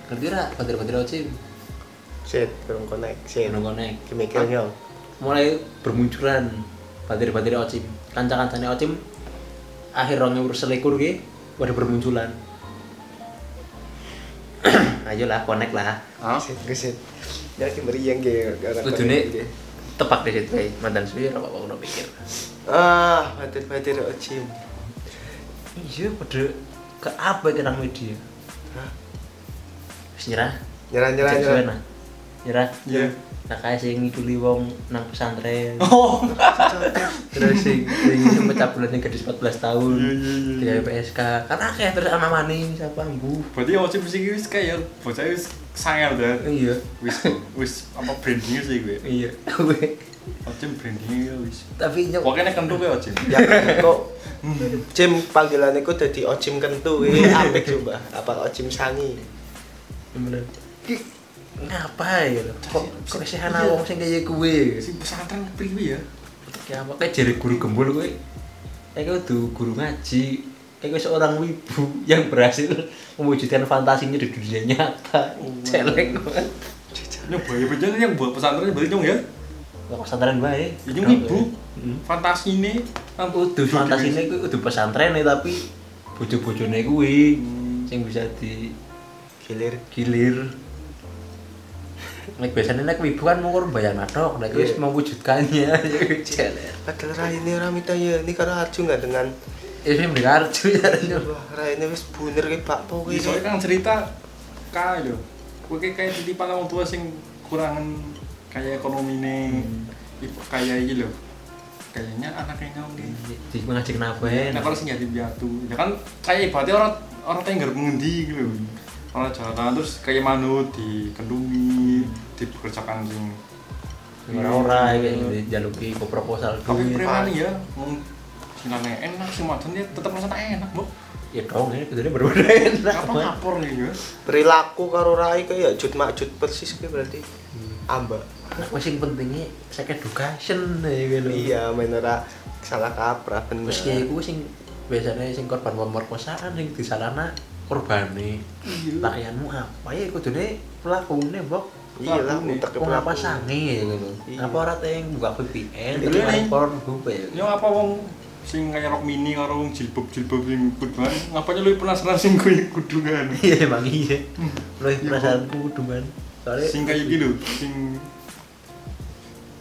Speaker 1: ngerti ra batir batir ocim
Speaker 2: Shit, belum connect. Shit.
Speaker 1: Ngono konek.
Speaker 2: Ki mikir yo.
Speaker 1: mulai bermunculan batir-batir ocim kanca-kancane ocim akhir rong ewu selikur ki udah bermunculan ayolah connect lah
Speaker 3: Hah?
Speaker 2: Shit, ke shit. Ya ki meriang ge ora connect
Speaker 1: tujuane
Speaker 2: ge.
Speaker 1: tepak di situ eh. mantan suwi apa kok ngono pikir
Speaker 2: Ah, batir-batir ojim.
Speaker 1: iya pada ke apa kenang media
Speaker 2: Hah?
Speaker 1: wis nyerah
Speaker 2: Nyerah nyerah
Speaker 1: Cek
Speaker 2: nyerah.
Speaker 1: suwen ah. nyerah
Speaker 3: Iya.
Speaker 1: nah kayak sing ngiduli wong nang pesantren
Speaker 3: Oh.
Speaker 1: terus sing sing sempat cabulane gadis 14 tahun
Speaker 3: Iya, iya, iya,
Speaker 1: di PSK karena akeh terus anak mani siapa ambu
Speaker 3: Berarti yang wajib sih wis kayak ya, bocah wis sangar dan
Speaker 1: iya
Speaker 3: wis wis apa brandingnya sih gue.
Speaker 1: iya
Speaker 3: Wajib brandingnya ya, wis.
Speaker 1: tapi nyok
Speaker 3: Pokoknya nek kentu gue wajib.
Speaker 2: Ya kok Cim panggilannya kok dadi Ocim kentu iki apik coba. Apa Ocim sangi?
Speaker 1: bener Ki, ngapa ya lo? kok kok sih
Speaker 3: Iya.
Speaker 1: ana wong sing kaya kuwe
Speaker 3: Si Ya pesantren priwi ya.
Speaker 1: kayak apa kayak jari guru gembul kuwe kayak kudu guru ngaji kayak kuwi seorang wibu yang berhasil mewujudkan fantasinya di dunia nyata celek banget
Speaker 3: Nyoba ya bener yang buat pesantren berarti nyong ya.
Speaker 1: kok pesantren bae
Speaker 3: Ya, Nyong ibu.
Speaker 1: Heeh.
Speaker 3: Fantasi ini. kan
Speaker 1: udah Hmm. fantasi ini kuwi udah pesantren nih tapi bojo-bojone kuwi sing bisa digilir
Speaker 2: Gilir.
Speaker 1: Nek biasanya nek wibu kan mungkur bayang adok, nek wis
Speaker 2: Iya.
Speaker 1: mewujudkannya Jalan.
Speaker 2: Padahal raine ora mitaya ini karo Arjun gak dengan.
Speaker 1: Ini mendengar cuy
Speaker 2: Wah, raine wis buner ki Pak Po
Speaker 3: Iya,
Speaker 2: ki.
Speaker 3: soalnya kan cerita kaya lho. Kowe kayak kayak titipan orang tua sing kurangan kayak ekonomi nih, ibu kayak gitu lho. Kayaknya anaknya nyong nih.
Speaker 1: Di ngaji kenapa ya?
Speaker 3: Nah, kalau sing jadi piatu, ya kan kayak ibaratnya orang orang tengger mengendi gitu lho. Orang jalan tangan terus kayak manut dikendungi, dipekerjakan sing
Speaker 1: Ora-ora kayak
Speaker 3: Hmm.
Speaker 1: gitu jaluki ke proposal
Speaker 3: Tapi
Speaker 1: duit.
Speaker 3: preman ya, mau sinane enak sih macam dia tetap merasa tak enak, Bu.
Speaker 1: Ya dong ya kudune berbeda.
Speaker 3: Apa ngapor nih ya?
Speaker 2: Perilaku karo rai kayak jut makjut persis ki berarti. Amba.
Speaker 1: Wis sing pentingnya sek education ya gitu.
Speaker 2: Iya, main ora salah kaprah bener.
Speaker 1: Terus kayak gue sing biasanya sing korban pemerkosaan sing disalahna korbane.
Speaker 3: Iya.
Speaker 1: Layanmu apa ya kudune pelakune, Bok?
Speaker 2: Iya lah, utek ke
Speaker 1: Kok ngapa
Speaker 2: pelaku.
Speaker 1: sange ya gitu.
Speaker 2: Iya.
Speaker 1: Apa ora teng buka VPN
Speaker 3: Iya,
Speaker 1: terus
Speaker 3: nih.
Speaker 1: lapor gue ya.
Speaker 3: Nyong apa wong sing kayak rok mini karo wong jilbab-jilbab sing kuduan, ngapanya lu penasaran sing kuwi kudungan?
Speaker 1: Iya emang iya. Lu
Speaker 3: Iya,
Speaker 1: perasaanku kuduman. Soalnya
Speaker 3: Sing kayak gitu, sing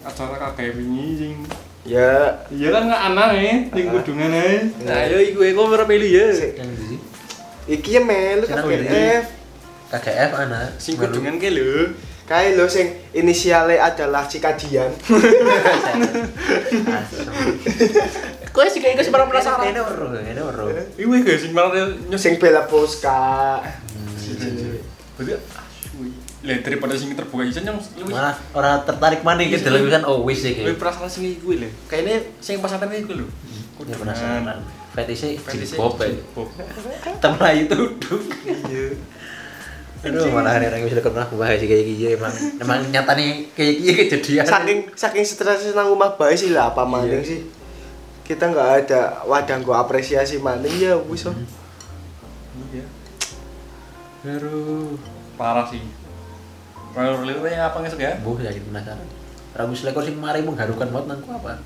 Speaker 3: acara kakek ini sing
Speaker 2: Ya,
Speaker 3: Iya kan nggak aneh nih, sing
Speaker 2: Ah.
Speaker 3: kudungan ae.
Speaker 2: Nah, iya,
Speaker 3: iku iku ora melu ya.
Speaker 2: Sik.
Speaker 1: yang di
Speaker 2: iki ya melu
Speaker 1: Kenapa
Speaker 2: KGF.
Speaker 1: KGF anak
Speaker 3: Sing kudungan ke lho.
Speaker 2: Kae lho sing inisiale adalah Cikadian.
Speaker 1: Kowe sih kayak gue sebarang penasaran. Ini oro, ini oro.
Speaker 3: Iku iku ya sing malah
Speaker 2: sing
Speaker 3: nyosing.
Speaker 2: bela Poska.
Speaker 3: Berarti ah, suwi. Lah daripada sing terbuka iso nyong luwih
Speaker 1: Malah orang tertarik mana
Speaker 3: Iya,
Speaker 1: gitu dalam
Speaker 3: sih.
Speaker 1: kan oh wis sih.
Speaker 3: luwih
Speaker 1: kayak.
Speaker 3: penasaran sing iku lho. Kayaknya sing pasantren iku lho.
Speaker 1: Ya penasaran. Fetishnya jilbab ya.
Speaker 3: Jilbab.
Speaker 1: Temrai duduk.
Speaker 2: Iya.
Speaker 1: Aduh, malah hari-hari bisa kenal aku bahas kayak gini emang emang nyata nih kayak gini kejadian.
Speaker 2: Saking saking stresnya nang rumah bae sih lah apa maning sih. Kita nggak ada wadah gua apresiasi maning ya wis. oh.
Speaker 3: Iya.
Speaker 1: Aduh.
Speaker 3: Parah sih. Kalau liur yang apa ngesuk ya?
Speaker 1: Bu, saya jadi penasaran. Rabu selekor sih mari mengharukan banget nangku apa?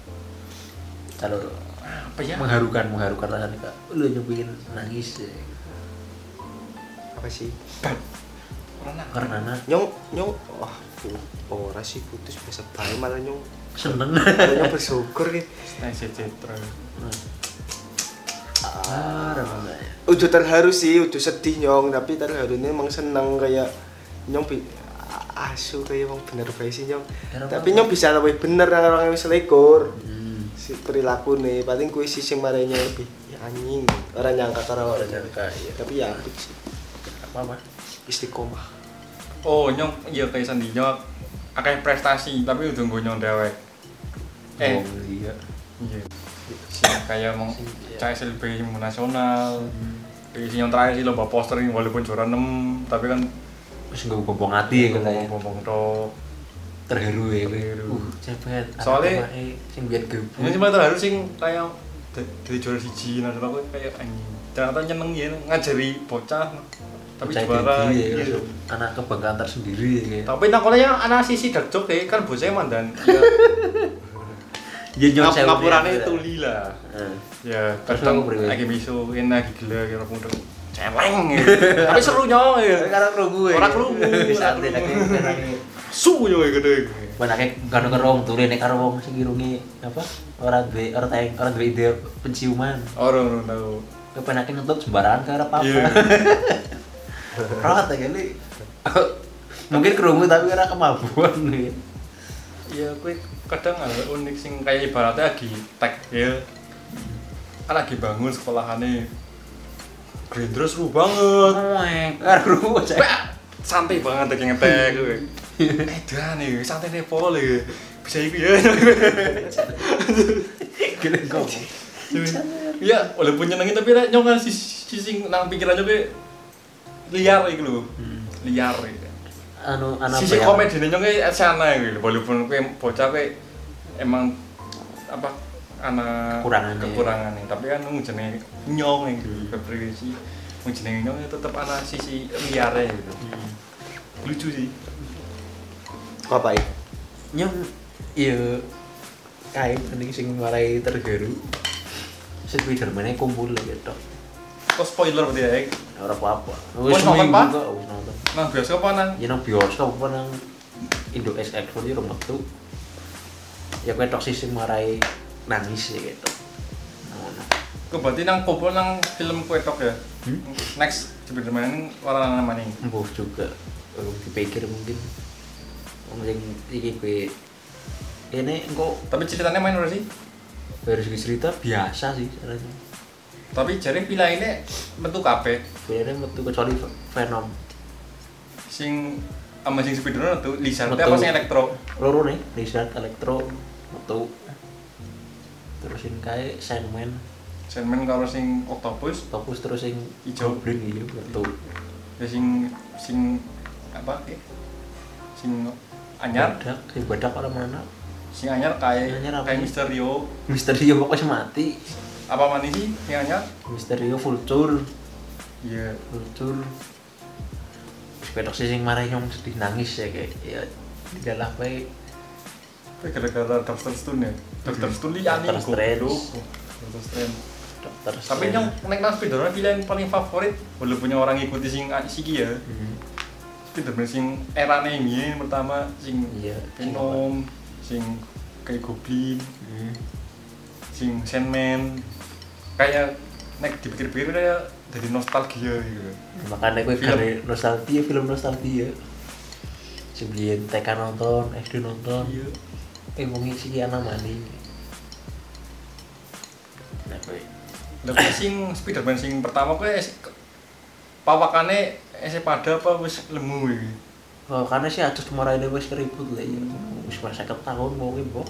Speaker 1: Kalau
Speaker 3: Apa ya?
Speaker 1: mengharukan mengharukan rasanya kak. Lu nyebelin nangis ya.
Speaker 2: Apa sih?
Speaker 3: Pernah.
Speaker 1: karena nah,
Speaker 2: Nyong nyong wah oh, ora sih putus biasa bae malah nyong.
Speaker 1: seneng.
Speaker 2: Malah nyong bersyukur ki.
Speaker 3: Nah, cetra.
Speaker 1: Ah, rasanya.
Speaker 2: Udah terharu sih, udah sedih nyong, tapi terharunya emang seneng kayak nyong bi- asu kayak emang bener bae sih nyong.
Speaker 1: Karena
Speaker 2: Tapi
Speaker 1: apa?
Speaker 2: nyong bisa lebih bener nang orang yang selikur.
Speaker 1: Hmm.
Speaker 2: si perilaku nih paling gue sih sing marahnya lebih ya anjing orang nyangka orang orang
Speaker 1: nyangka, iya.
Speaker 2: tapi ya apik sih
Speaker 1: Apa apa?
Speaker 2: istiqomah
Speaker 3: Oh, nyong iya kayak sandi nyong akeh prestasi tapi udah gue nyong dewek. Eh,
Speaker 1: Oh, iya.
Speaker 3: iya. Sing kayak mau CSLB yang nasional. Kayak sing yang terakhir sih lomba poster yang walaupun juara 6, tapi kan
Speaker 1: Terus nggak bombong hati ya katanya.
Speaker 3: ngomong-ngomong tok.
Speaker 1: Terharu ya.
Speaker 3: Iya, Terharu.
Speaker 1: Uh, cepet.
Speaker 3: Soalnya-
Speaker 1: sing biar gebu.
Speaker 3: Ini cuma terharu sing kayak da- dari juara siji langsung aku kayak anjing ternyata nyeneng ya ngajari bocah tapi
Speaker 1: Percaya
Speaker 3: juara
Speaker 1: diri ya,
Speaker 3: iya.
Speaker 1: langsung anak kebanggaan tersendiri ya kayak.
Speaker 3: tapi nangkolnya anak sisi dark joke deh kan bocahnya mandan ya,
Speaker 1: ya nyon
Speaker 3: ngap
Speaker 1: sewu
Speaker 3: ngapurannya
Speaker 1: ya.
Speaker 3: tuli lah
Speaker 1: Heeh.
Speaker 3: ya
Speaker 1: Terus
Speaker 3: kadang
Speaker 1: aku beri.
Speaker 3: lagi miso enak lagi gila kira mudeng celeng ya. tapi seru nyong ya
Speaker 1: Tapi karena kerungu ya.
Speaker 3: Orang kerungu.
Speaker 1: Bisa update lagi, lagi.
Speaker 3: su nyong ya gede
Speaker 1: Banake karo karo wong turu nek karo wong sing irunge apa? Ora duwe ora tae ora duwe ide penciuman.
Speaker 3: orang orang tahu
Speaker 1: Kepenake ngentut sembarangan karo apa-apa. ya,
Speaker 3: Iya.
Speaker 1: Rawat ta kali. Mungkin kerungu tapi karena kemampuan ya.
Speaker 3: ya kue kadang ada unik sing kayak ibaratnya lagi tag ya kan lagi bangun sekolahannya Gerindra seru banget
Speaker 1: Karo cek.
Speaker 3: Pak, santai banget lagi ngetek gue eh dah nih santai nih pol ya bisa ikut ya
Speaker 1: Gila kok.
Speaker 3: Iya, walaupun nyenengin tapi rek nyong kan sisi sisi nang pikirannya kayak liar iki lho.
Speaker 1: Hmm.
Speaker 3: Liar gitu.
Speaker 1: Anu anak
Speaker 3: Sisi
Speaker 1: bayang-
Speaker 3: komedi nyong kayak sana gitu. Walaupun kowe bocah kowe emang apa anak
Speaker 1: Kekurangannya.
Speaker 3: kekurangannya. tapi kan wong jenenge nyong gitu,
Speaker 1: Hmm.
Speaker 3: keprivasi. Wong jenenge nyong ya tetep ana sisi liarnya gitu.
Speaker 1: Hmm.
Speaker 3: Lucu sih.
Speaker 2: Ngapain?
Speaker 1: nyong iya kain mending sing marai terharu Spiderman-nya kumpul lagi tok
Speaker 3: Kok spoiler berarti ya? eh?
Speaker 1: ora apa-apa
Speaker 3: Wes nonton, Pak?
Speaker 1: kok wis nonton
Speaker 3: Nang bioskop apa nang?
Speaker 1: ya nang bioskop apa nang Indo SX pun ya rumah tuh ya kowe tok sih sing marai nangis ya gitu ngono
Speaker 3: Kok berarti nang kumpul nang film kowe tok ya?
Speaker 1: Hmm?
Speaker 3: Next, sebenarnya ini warna mana ini?
Speaker 1: mbuh juga belum dipikir mungkin wong sing iki kowe ini engko
Speaker 3: Tapi ceritanya main ora sih?
Speaker 1: dari segi cerita biasa sih caranya
Speaker 3: Tapi jare pilaine metu kabeh.
Speaker 1: kayaknya metu kecuali Venom
Speaker 3: Sing Amazing Spider-Man metu Lizard
Speaker 1: Metu.
Speaker 3: apa sing Electro?
Speaker 1: loro nih Lizard Electro metu terusin kae Sandman
Speaker 3: Sandman karo sing Octopus,
Speaker 1: Octopus terus sing
Speaker 3: Ijo.
Speaker 1: Goblin ijo metu
Speaker 3: ya sing sing apa? Eh? Sing anyar,
Speaker 1: badak sing badak orang mana
Speaker 3: sing anyar kayak
Speaker 1: Anyar apa
Speaker 3: kayak
Speaker 1: sih?
Speaker 3: Misterio.
Speaker 1: Misterio pokoknya mati
Speaker 3: Apa mana sih sing anyar?
Speaker 1: Misterio vulture
Speaker 3: Iya.
Speaker 1: vulture terus pedok sih sing marah nyong sedih nangis ya kayak ya tidaklah kayak
Speaker 3: Kowe gara-gara Doctor Stone ya. Doctor Stone li
Speaker 1: Doctor
Speaker 3: aneh
Speaker 1: Strange.
Speaker 3: goblok. Doctor Strange.
Speaker 1: dokter
Speaker 3: Tapi nyong nek nang Spider-Man pilihan paling favorit walaupun yang orang ngikuti sing siki ya.
Speaker 1: Hmm.
Speaker 3: Spider-Man sing erane mbiyen pertama sing
Speaker 1: Iya, sing
Speaker 3: Venom, sing kayak Goblin,
Speaker 1: Hmm.
Speaker 3: sing Sandman. Kayak nek dipikir-pikir kayak jadi nostalgia gitu.
Speaker 1: makanya gue
Speaker 3: Film.
Speaker 1: film nostalgia film nostalgia sebelum TK nonton SD nonton
Speaker 3: Iya.
Speaker 1: eh wong iki sih anak mani nah gue
Speaker 3: Lah kok sing Spider-Man sing pertama kuwi es- pawakane esih pada apa wis lemu gitu. iki.
Speaker 1: oh, karena sih atus kemarin wis keribut lah ya wis masa tahun mau gue boh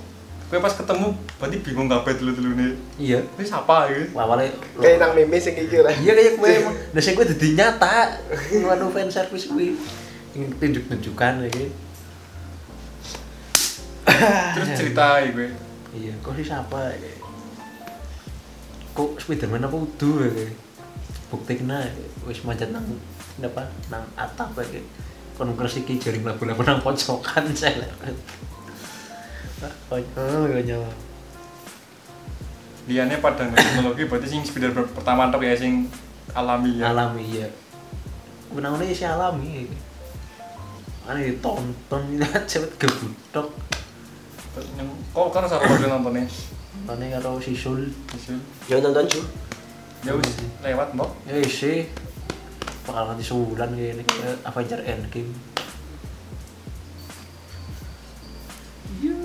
Speaker 3: Kowe pas ketemu berarti bingung kabeh telu-telune.
Speaker 1: iya
Speaker 3: Wis apa gitu? iki?
Speaker 1: awalnya
Speaker 2: Kayak nang meme sing iki ora.
Speaker 1: iya kayak gue emang nah sih gue jadi nyata nganu fan service gue yang tunjuk tunjukkan lagi
Speaker 3: Terus cerita iki kowe.
Speaker 1: iya kok sih siapa ya kok Spiderman apa udah ya bukti kena wis manjat nang apa nang atap ya kon kresiki jaring labu-labu nang pojokan saya oh gak nyawa
Speaker 3: Liane pada teknologi berarti sing Spider-Man pertama tok ya sing alami ya.
Speaker 1: alami ya benangnya isi alami ya Makanya ditonton ini cepet gebutok
Speaker 3: Yang kok kan sapa kau nontonnya?
Speaker 1: Makanya kalau sisul
Speaker 2: Yo nonton cu.
Speaker 3: Ya wis lewat mbok.
Speaker 1: ya isi bakal nanti sebulan kayak ini kayak Avenger Endgame ya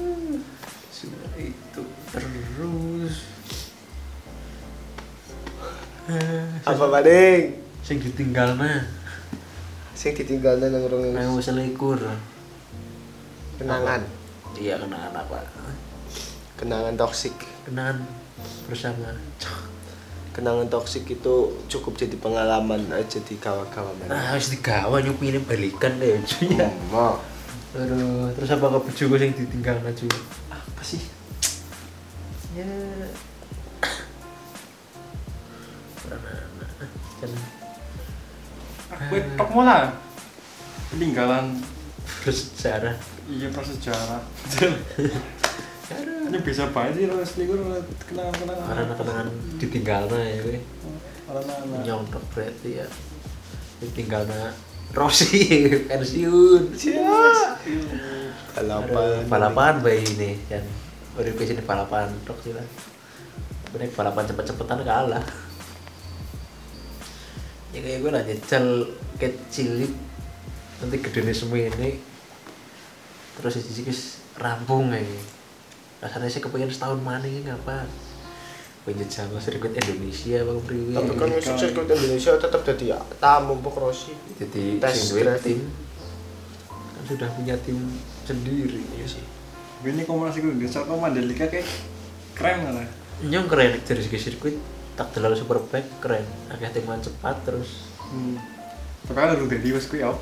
Speaker 1: sudah itu terus Eh,
Speaker 2: Apa paling?
Speaker 1: sing ditinggal nah
Speaker 2: Sing ditinggalna nang rong
Speaker 1: ayo selikur
Speaker 2: kenangan,
Speaker 1: iya kenangan apa
Speaker 2: kenangan toksik.
Speaker 1: kenangan bersama
Speaker 2: Kenangan toksik itu cukup jadi pengalaman aja di kawan-kawan. Iya.
Speaker 1: ah harus digawa nyupi ini balikan deh cuy ya
Speaker 2: Mau.
Speaker 1: Aduh, terus apa ke bojo gue yang ditinggal aja? Apa sih? Ya Kan
Speaker 3: Kowe tok mola. Peninggalan
Speaker 1: bersejarah
Speaker 3: iya prasejarah. Ini bisa banget sih Roles Ligur kenangan-kenangan.
Speaker 1: karena kenangan ditinggalna ya kowe
Speaker 3: Orang-orang.
Speaker 1: nyontok berarti ya ditinggalna Rossi pensiun
Speaker 2: balapan
Speaker 1: balapan bayi ini kan udah sini balapan tok sih lah Bener, balapan cepet-cepetan kalah ya kayak gue lah jajal kecil nanti gede nih semua ini terus siji wis rampung ya rasanya sih kepengen setahun mana ini ngapa penjajal sirkuit Indonesia bang Priwi
Speaker 2: tapi kan musik sirkuit Indonesia tetap jadi tamu Pak Rossi
Speaker 1: jadi
Speaker 2: Test
Speaker 1: sing duwe
Speaker 2: drive.
Speaker 1: tim kan sudah punya tim sendiri ya sih
Speaker 3: Ini komunikasi gue geser kok Mandalika kayak keren lah.
Speaker 1: Nyong keren dari segi sirkuit tak terlalu super back keren agak timuan cepat terus
Speaker 3: Hmm. Tapi kan udah jadi mas gue ya.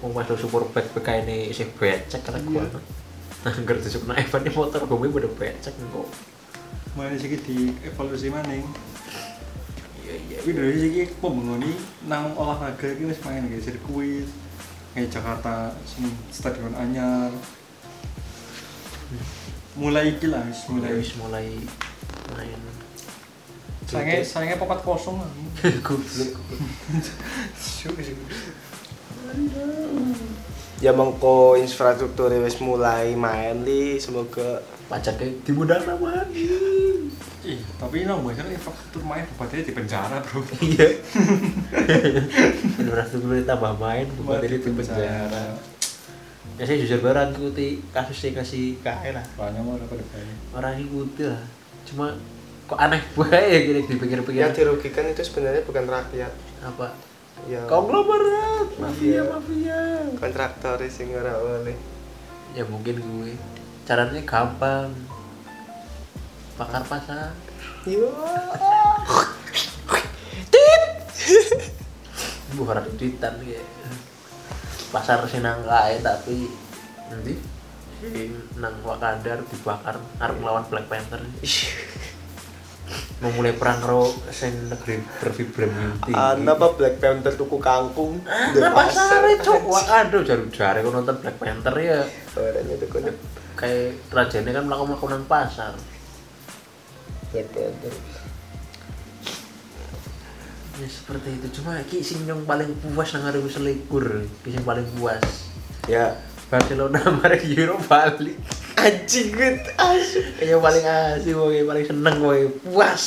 Speaker 1: mau masuk super back BK ini sih becek karena gua nah nggak tusuk naik Evan ini motor gue udah becek kok
Speaker 3: Mulai dari segi di evolusi maning.
Speaker 1: iya iya
Speaker 3: Ya, Tapi dari segi pembangunan ini nang olahraga ini wis main kayak sirkuit kayak Jakarta sing stadion anyar. Mulai iki lah wis
Speaker 1: mulai
Speaker 3: mulai.
Speaker 1: wis mulai main
Speaker 3: Sange sange papat kosong lah.
Speaker 1: goblok
Speaker 3: Syuk sih.
Speaker 2: ya mengko infrastruktur wis mulai main li semoga
Speaker 1: pajaknya dimudahkan mah
Speaker 3: Ih, tapi nang banyak infrastruktur main bupatinya di penjara, Bro.
Speaker 1: iya infrastruktur tambah main bukan ini tim penjara ya saya jujur banget ngikuti kasusnya kasih KL lah
Speaker 3: Banyak mau dapat banyak.
Speaker 1: orang ngikuti lah cuma kok aneh banget ya gini dipikir-pikir
Speaker 2: yang dirugikan itu sebenarnya bukan rakyat
Speaker 1: apa
Speaker 2: ya
Speaker 1: konglomerat mafia
Speaker 2: Mafia.
Speaker 1: mafia
Speaker 2: kontraktor sing ora oleh
Speaker 1: ya mungkin gue caranya gampang pakar pasar
Speaker 2: yo
Speaker 1: bu harap editan ya pasar sinangka ya tapi nanti di nang Wakanda harus dibakar harus melawan Black Panther memulai perang ro sen negeri bervibranti
Speaker 2: Ana apa Black Panther tuku kangkung di
Speaker 1: Nah, pasar itu Wakanda jarum jari kau nonton Black Panther ya
Speaker 2: Orangnya tuku di
Speaker 1: kayak rajanya kan melakukan melakukan pasar
Speaker 2: Black Panther.
Speaker 1: ya seperti itu cuma iki sing yang paling puas nang hari selikur Iki sing paling puas
Speaker 2: Ya,
Speaker 1: Barcelona marek Euro balik
Speaker 2: anjing gue asu.
Speaker 1: yang paling asik wong yang paling seneng wong yang puas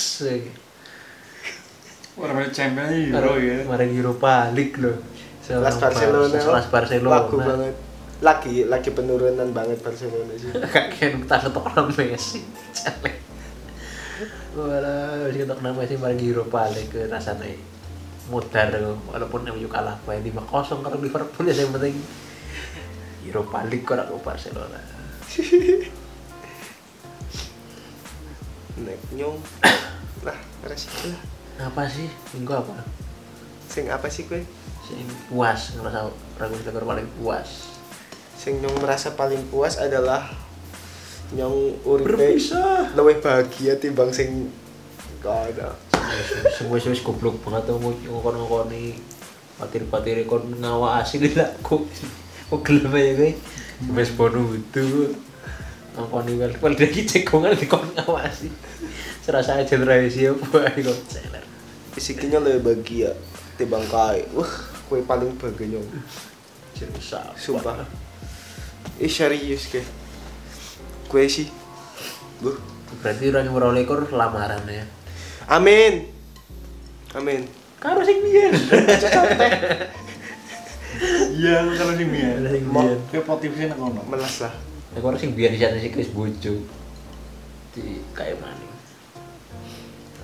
Speaker 3: Orang main champion ini, Bro ya.
Speaker 1: marek Euro balik loh
Speaker 2: Las Barcelona.
Speaker 1: Las Barcelona
Speaker 2: Laku banget. Lagi lagi penurunan banget Barcelona sih.
Speaker 1: kakek tak ketok nama Messi celek Walah, sih ketok nama Messi marek Euro balik ke rasanya mudar loh. walaupun MU kalah bae 5-0 karo Liverpool ya yang penting Euro balik kok aku Barcelona
Speaker 2: Nek nyong. Lah, ora sih lah.
Speaker 1: apa sih minggu apa
Speaker 2: Sing apa sih gue?
Speaker 1: sing puas ngerasa ragu tegur paling puas
Speaker 2: Sing nyong merasa paling puas adalah nyong uripe lebih bahagia timbang sing gak ada.
Speaker 1: semua semua goblok banget tuh mau ngokon ngokon nih patir patir kon ngawa asin lah kok kok gelap ya gue mes bonu itu ngokon nih wel wel dari cekongan di kon ngawa asin serasa aja rahasia buat kok celer
Speaker 2: Isikinya lebih bahagia timbang kae. Wah, gue paling bahagia nyong.
Speaker 1: cerita
Speaker 2: Sumpah. Ih serius ke. Gue sih. Buh.
Speaker 1: berarti orang yang meroleh kor lamaran ya
Speaker 2: Amin. Amin.
Speaker 1: karo sing biyen
Speaker 3: Iya, lu kalau sing biar.
Speaker 1: Kalau sing
Speaker 3: Mau
Speaker 1: biar.
Speaker 3: kayak motivasi nang kono.
Speaker 2: Melas lah.
Speaker 1: Aku orang sing biar di sana sih Chris Bojo di kayak maning.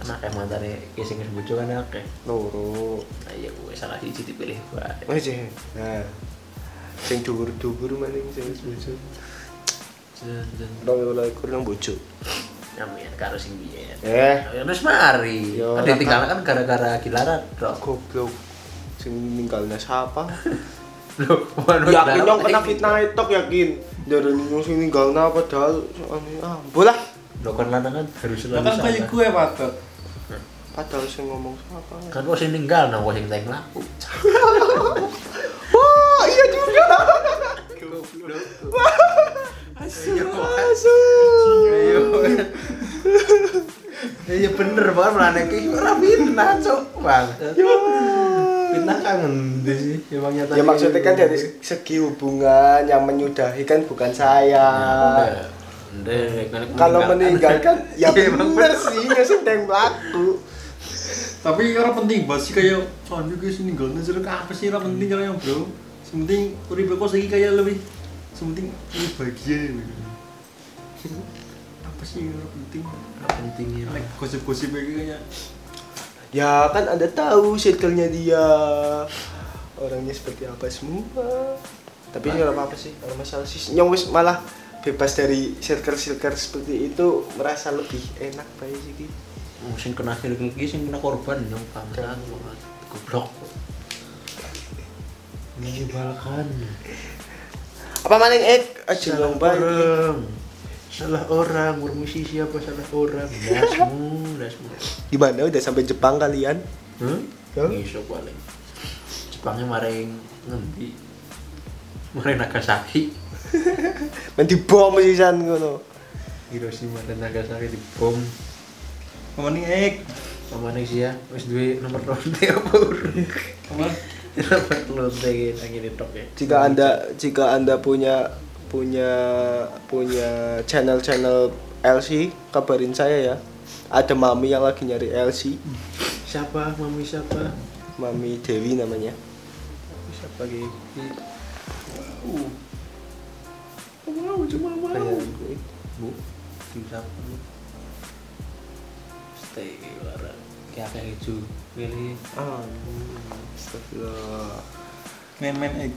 Speaker 1: Anak kayak mantannya Chris sing Chris Bojo kan akeh.
Speaker 2: Loro.
Speaker 1: Nah iya gue salah siji dipilih bae.
Speaker 2: Wajah. Nah. Sing dhuwur-dhuwur maning sing bojo.
Speaker 1: Jen, jen.
Speaker 2: Rong oleh kur nang bojo.
Speaker 1: Amin karo sing biyen.
Speaker 2: Eh,
Speaker 1: Ya wis mari.
Speaker 2: Yo,
Speaker 1: Kan ditinggal kan gara-gara gilaran tok.
Speaker 2: goblok. Sing ninggalna siapa?
Speaker 1: Loh, waduh,
Speaker 2: yakin
Speaker 1: gilaran
Speaker 2: dong kena
Speaker 1: kayak
Speaker 2: fitnah itu yakin. Dari nyong sing ninggalna padahal ah, bola.
Speaker 1: gitu. Loh kan lanangan harus
Speaker 3: Lah
Speaker 1: selalu
Speaker 3: kan kayak
Speaker 1: salah.
Speaker 3: gue patut.
Speaker 2: padahal sing ngomong siapa
Speaker 1: kan kok sing ninggal nang kok sing teng laku
Speaker 2: wah iya juga
Speaker 1: Iya, Pak.
Speaker 2: asu
Speaker 1: Iya. iya bener banget melane iki ora fitnah cok bang fitnah kan ngendi sih emang nyata
Speaker 2: ya maksudnya
Speaker 1: iya,
Speaker 2: kan dari segi hubungan yang menyudahi kan bukan saya
Speaker 1: Iya, kan
Speaker 2: kalau meninggalkan ya
Speaker 1: Iya, emang
Speaker 2: bener sih nggak sih yang melaku
Speaker 3: tapi orang penting banget sih kayak soalnya gue sih ninggal ngejar apa sih orang penting kalian bro sementing urip kok lagi kayak lebih sementing lebih bahagia gitu. apa sih orang penting
Speaker 1: Nah, pentingnya
Speaker 3: Like, gosip-gosip kayak gini kayak
Speaker 2: ya kan anda tahu circle-nya dia orangnya seperti apa semua tapi nggak apa apa sih kalau masalah sih nyong wis malah bebas dari circle-circle seperti itu merasa lebih enak baik sih Ki.
Speaker 1: Oh, sing kena film iki sing kena korban ya, nyong bangsa goblok menyebalkan
Speaker 2: apa maning ek aja nyong baik
Speaker 1: orang salah orang murmusi siapa salah orang dasmu dasmu
Speaker 2: gimana udah sampai Jepang kalian
Speaker 1: hmm
Speaker 2: Hah?
Speaker 1: ngisuk paling Jepangnya maring ngendi maring Nagasaki
Speaker 2: main dibom sisan ngono
Speaker 1: Hiroshima dan Nagasaki dibom
Speaker 3: kemana ek
Speaker 1: sama nih sih ya wis duwe nomor lonte apa urung
Speaker 3: kemana
Speaker 1: nomor lonte gitu ngene tok ya
Speaker 2: jika anda jika anda punya punya punya channel-channel LC kabarin saya ya ada mami yang lagi nyari LC
Speaker 1: siapa mami siapa
Speaker 2: mami Dewi namanya
Speaker 1: siapa gitu
Speaker 3: uh wow cuma
Speaker 2: Kayak gitu.
Speaker 3: wow
Speaker 2: gue.
Speaker 1: bu bisa bu stay warna kayak kayak hijau pilih
Speaker 2: Ah, astagfirullah.
Speaker 3: men men ek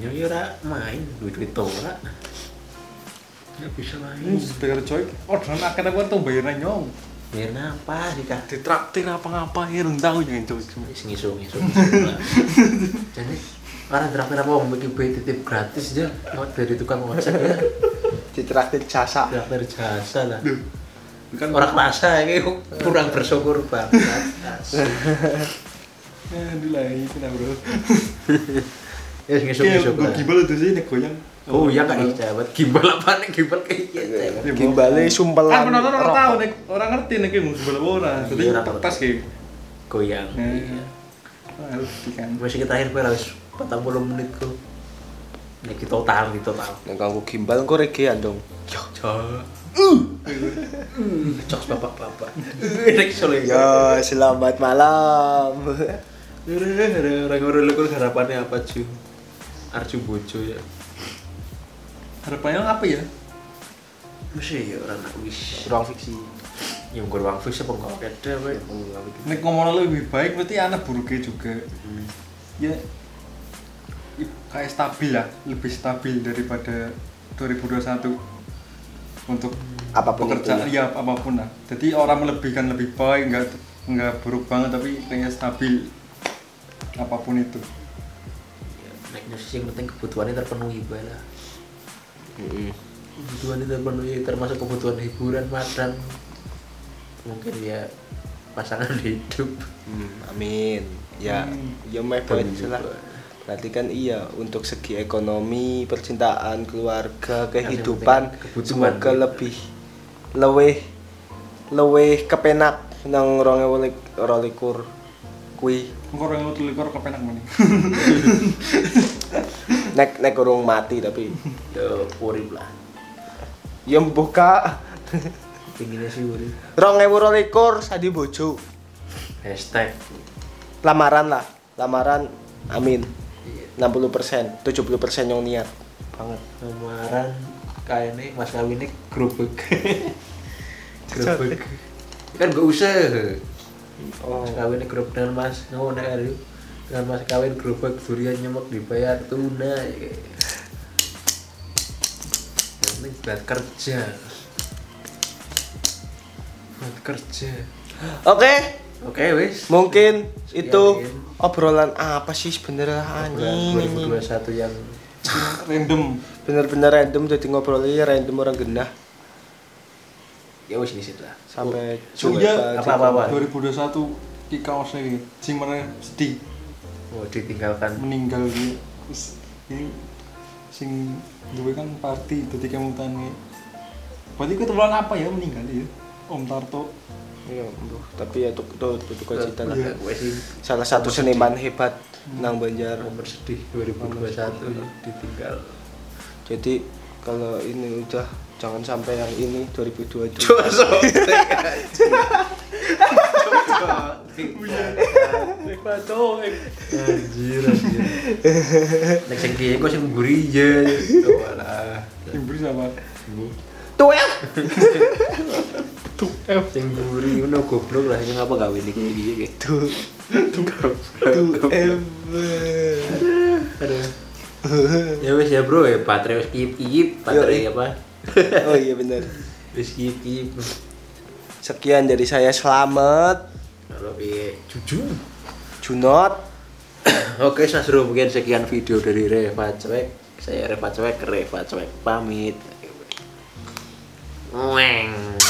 Speaker 1: nyoyora main duit duit tora nggak bisa
Speaker 3: ini
Speaker 1: main
Speaker 3: sebagai coy orderan akhirnya gue tuh bayaran nyong
Speaker 1: biar napa sih kak
Speaker 3: ditraktir apa ngapain tahu jangan coy cuma
Speaker 1: ngisu ngisu jadi orang terakhir apa mau bikin bayi titip gratis aja nggak dari tukang ojek ya
Speaker 2: Ditraktir jasa.
Speaker 1: traktir jasa lah
Speaker 3: Duh. kan
Speaker 1: orang rasa ini kurang bersyukur banget
Speaker 3: aduh Eh, lah itu
Speaker 1: Eh,
Speaker 3: lah bro
Speaker 1: ya ngisu
Speaker 3: Iya,
Speaker 1: ngisu
Speaker 3: gue gibel tuh sih nek goyang
Speaker 1: oh iya kak jabat gimbal apa nih gimbal kayak
Speaker 2: Iya.
Speaker 1: gitu
Speaker 2: Gimbale sumpelan.
Speaker 3: kan penonton orang
Speaker 2: rokok.
Speaker 3: tahu nek orang ngerti nek mau sebelah orang jadi
Speaker 1: Iya, orang
Speaker 3: kertas kayak gitu.
Speaker 1: goyang
Speaker 3: Iya. Ngerti kan
Speaker 1: masih kita akhir kira harus 40 menit kok ini kita total di total
Speaker 2: Nek aku gimbal engko regean dong.
Speaker 1: cok cok bapak bapak ini soalnya
Speaker 3: Iya.
Speaker 2: Ya, selamat malam.
Speaker 1: Orang orang lu harapannya apa cu? Arju bojo ya.
Speaker 3: harapannya apa ya
Speaker 1: Mesti ya orang nak wis.
Speaker 2: Ruang fiksi.
Speaker 1: Yang gue ruang fix apa enggak ada weh.
Speaker 3: nek ngomong lebih baik berarti anak buruknya juga
Speaker 2: Hmm.
Speaker 3: ya i- kayak stabil lah lebih stabil daripada 2021 untuk
Speaker 2: Apapun
Speaker 3: pekerjaan
Speaker 2: itu.
Speaker 3: ya apapun lah jadi orang melebihkan lebih baik nggak nggak buruk banget tapi kayak stabil apapun itu
Speaker 1: Nek sih yang penting kebutuhannya terpenuhi bae lah. Kebutuhannya terpenuhi termasuk kebutuhan hiburan makan. Mungkin ya pasangan hidup.
Speaker 2: Hmm, amin. Ya, ya my point lah. Berarti kan iya untuk segi ekonomi, percintaan, keluarga, kehidupan
Speaker 1: penting kebutuhan.
Speaker 2: semoga lebih leweh leweh kepenak nang 2022 kuwi
Speaker 3: Engkau orang itu likor kepenak mana
Speaker 2: nek nek urung mati tapi
Speaker 1: Tuh, urip lah.
Speaker 2: ya buka
Speaker 1: Pinginnya sih urip.
Speaker 2: 2022 sadi bojo
Speaker 1: Hashtag.
Speaker 2: lamaran lah lamaran amin 60% 70% yang niat
Speaker 1: banget lamaran kayak ini mas kawin ini gerobak gerobak kan gak usah
Speaker 2: oh
Speaker 1: mas kawin ini gerobak dengan mas ngomong nek hari dengan mas kawin gerobak durian nyemek dibayar tunai yang penting buat kerja buat kerja
Speaker 2: oke
Speaker 1: oke wis
Speaker 2: mungkin
Speaker 1: Sekian,
Speaker 2: itu
Speaker 1: Ian.
Speaker 2: obrolan apa sih sebenarnya
Speaker 1: bulan
Speaker 2: anjing
Speaker 1: 2021 yang
Speaker 3: random
Speaker 2: iya, bener-bener random jadi ngobrolnya random orang genah
Speaker 1: ya wis di situ lah
Speaker 2: sampai
Speaker 3: Oh, Jogja
Speaker 1: apa, apa, apa?
Speaker 3: 2021 ki kaosnya ki sing mana sedih
Speaker 1: mau ditinggalkan
Speaker 3: meninggal ki. Wis, ini sing duwe kan party dadi kemutan ki. Berarti kebetulan apa ya meninggal ya? Om Tarto.
Speaker 2: Iya, bro. tapi ya itu butuh cita lah.
Speaker 1: Lah, gue sih
Speaker 2: Salah satu seniman hebat nang Banjar.
Speaker 1: nomor sedih 2021 ditinggal
Speaker 2: Jadi kalau ini udah jangan sampai yang ini 2022.
Speaker 1: anjir anjir nek sing piye kok sing mburi ya walah
Speaker 3: Ibu sama
Speaker 2: Tuh ya.
Speaker 1: sing mburi ngono goblok lah sing apa gawe niki iki iki
Speaker 2: Tuh. Tuh.
Speaker 1: aduh ya wis ya bro ya baterai wis kip kip baterai
Speaker 2: Yoi.
Speaker 1: apa
Speaker 2: Oh iya benar.
Speaker 1: wis kip kip
Speaker 2: Sekian dari saya selamat.
Speaker 1: kalau piye jujur
Speaker 2: Junot.
Speaker 1: Oke, Sasro mungkin sekian video dari Reva Cuek. Saya Reva Cuek, Reva Cuek pamit. Weng.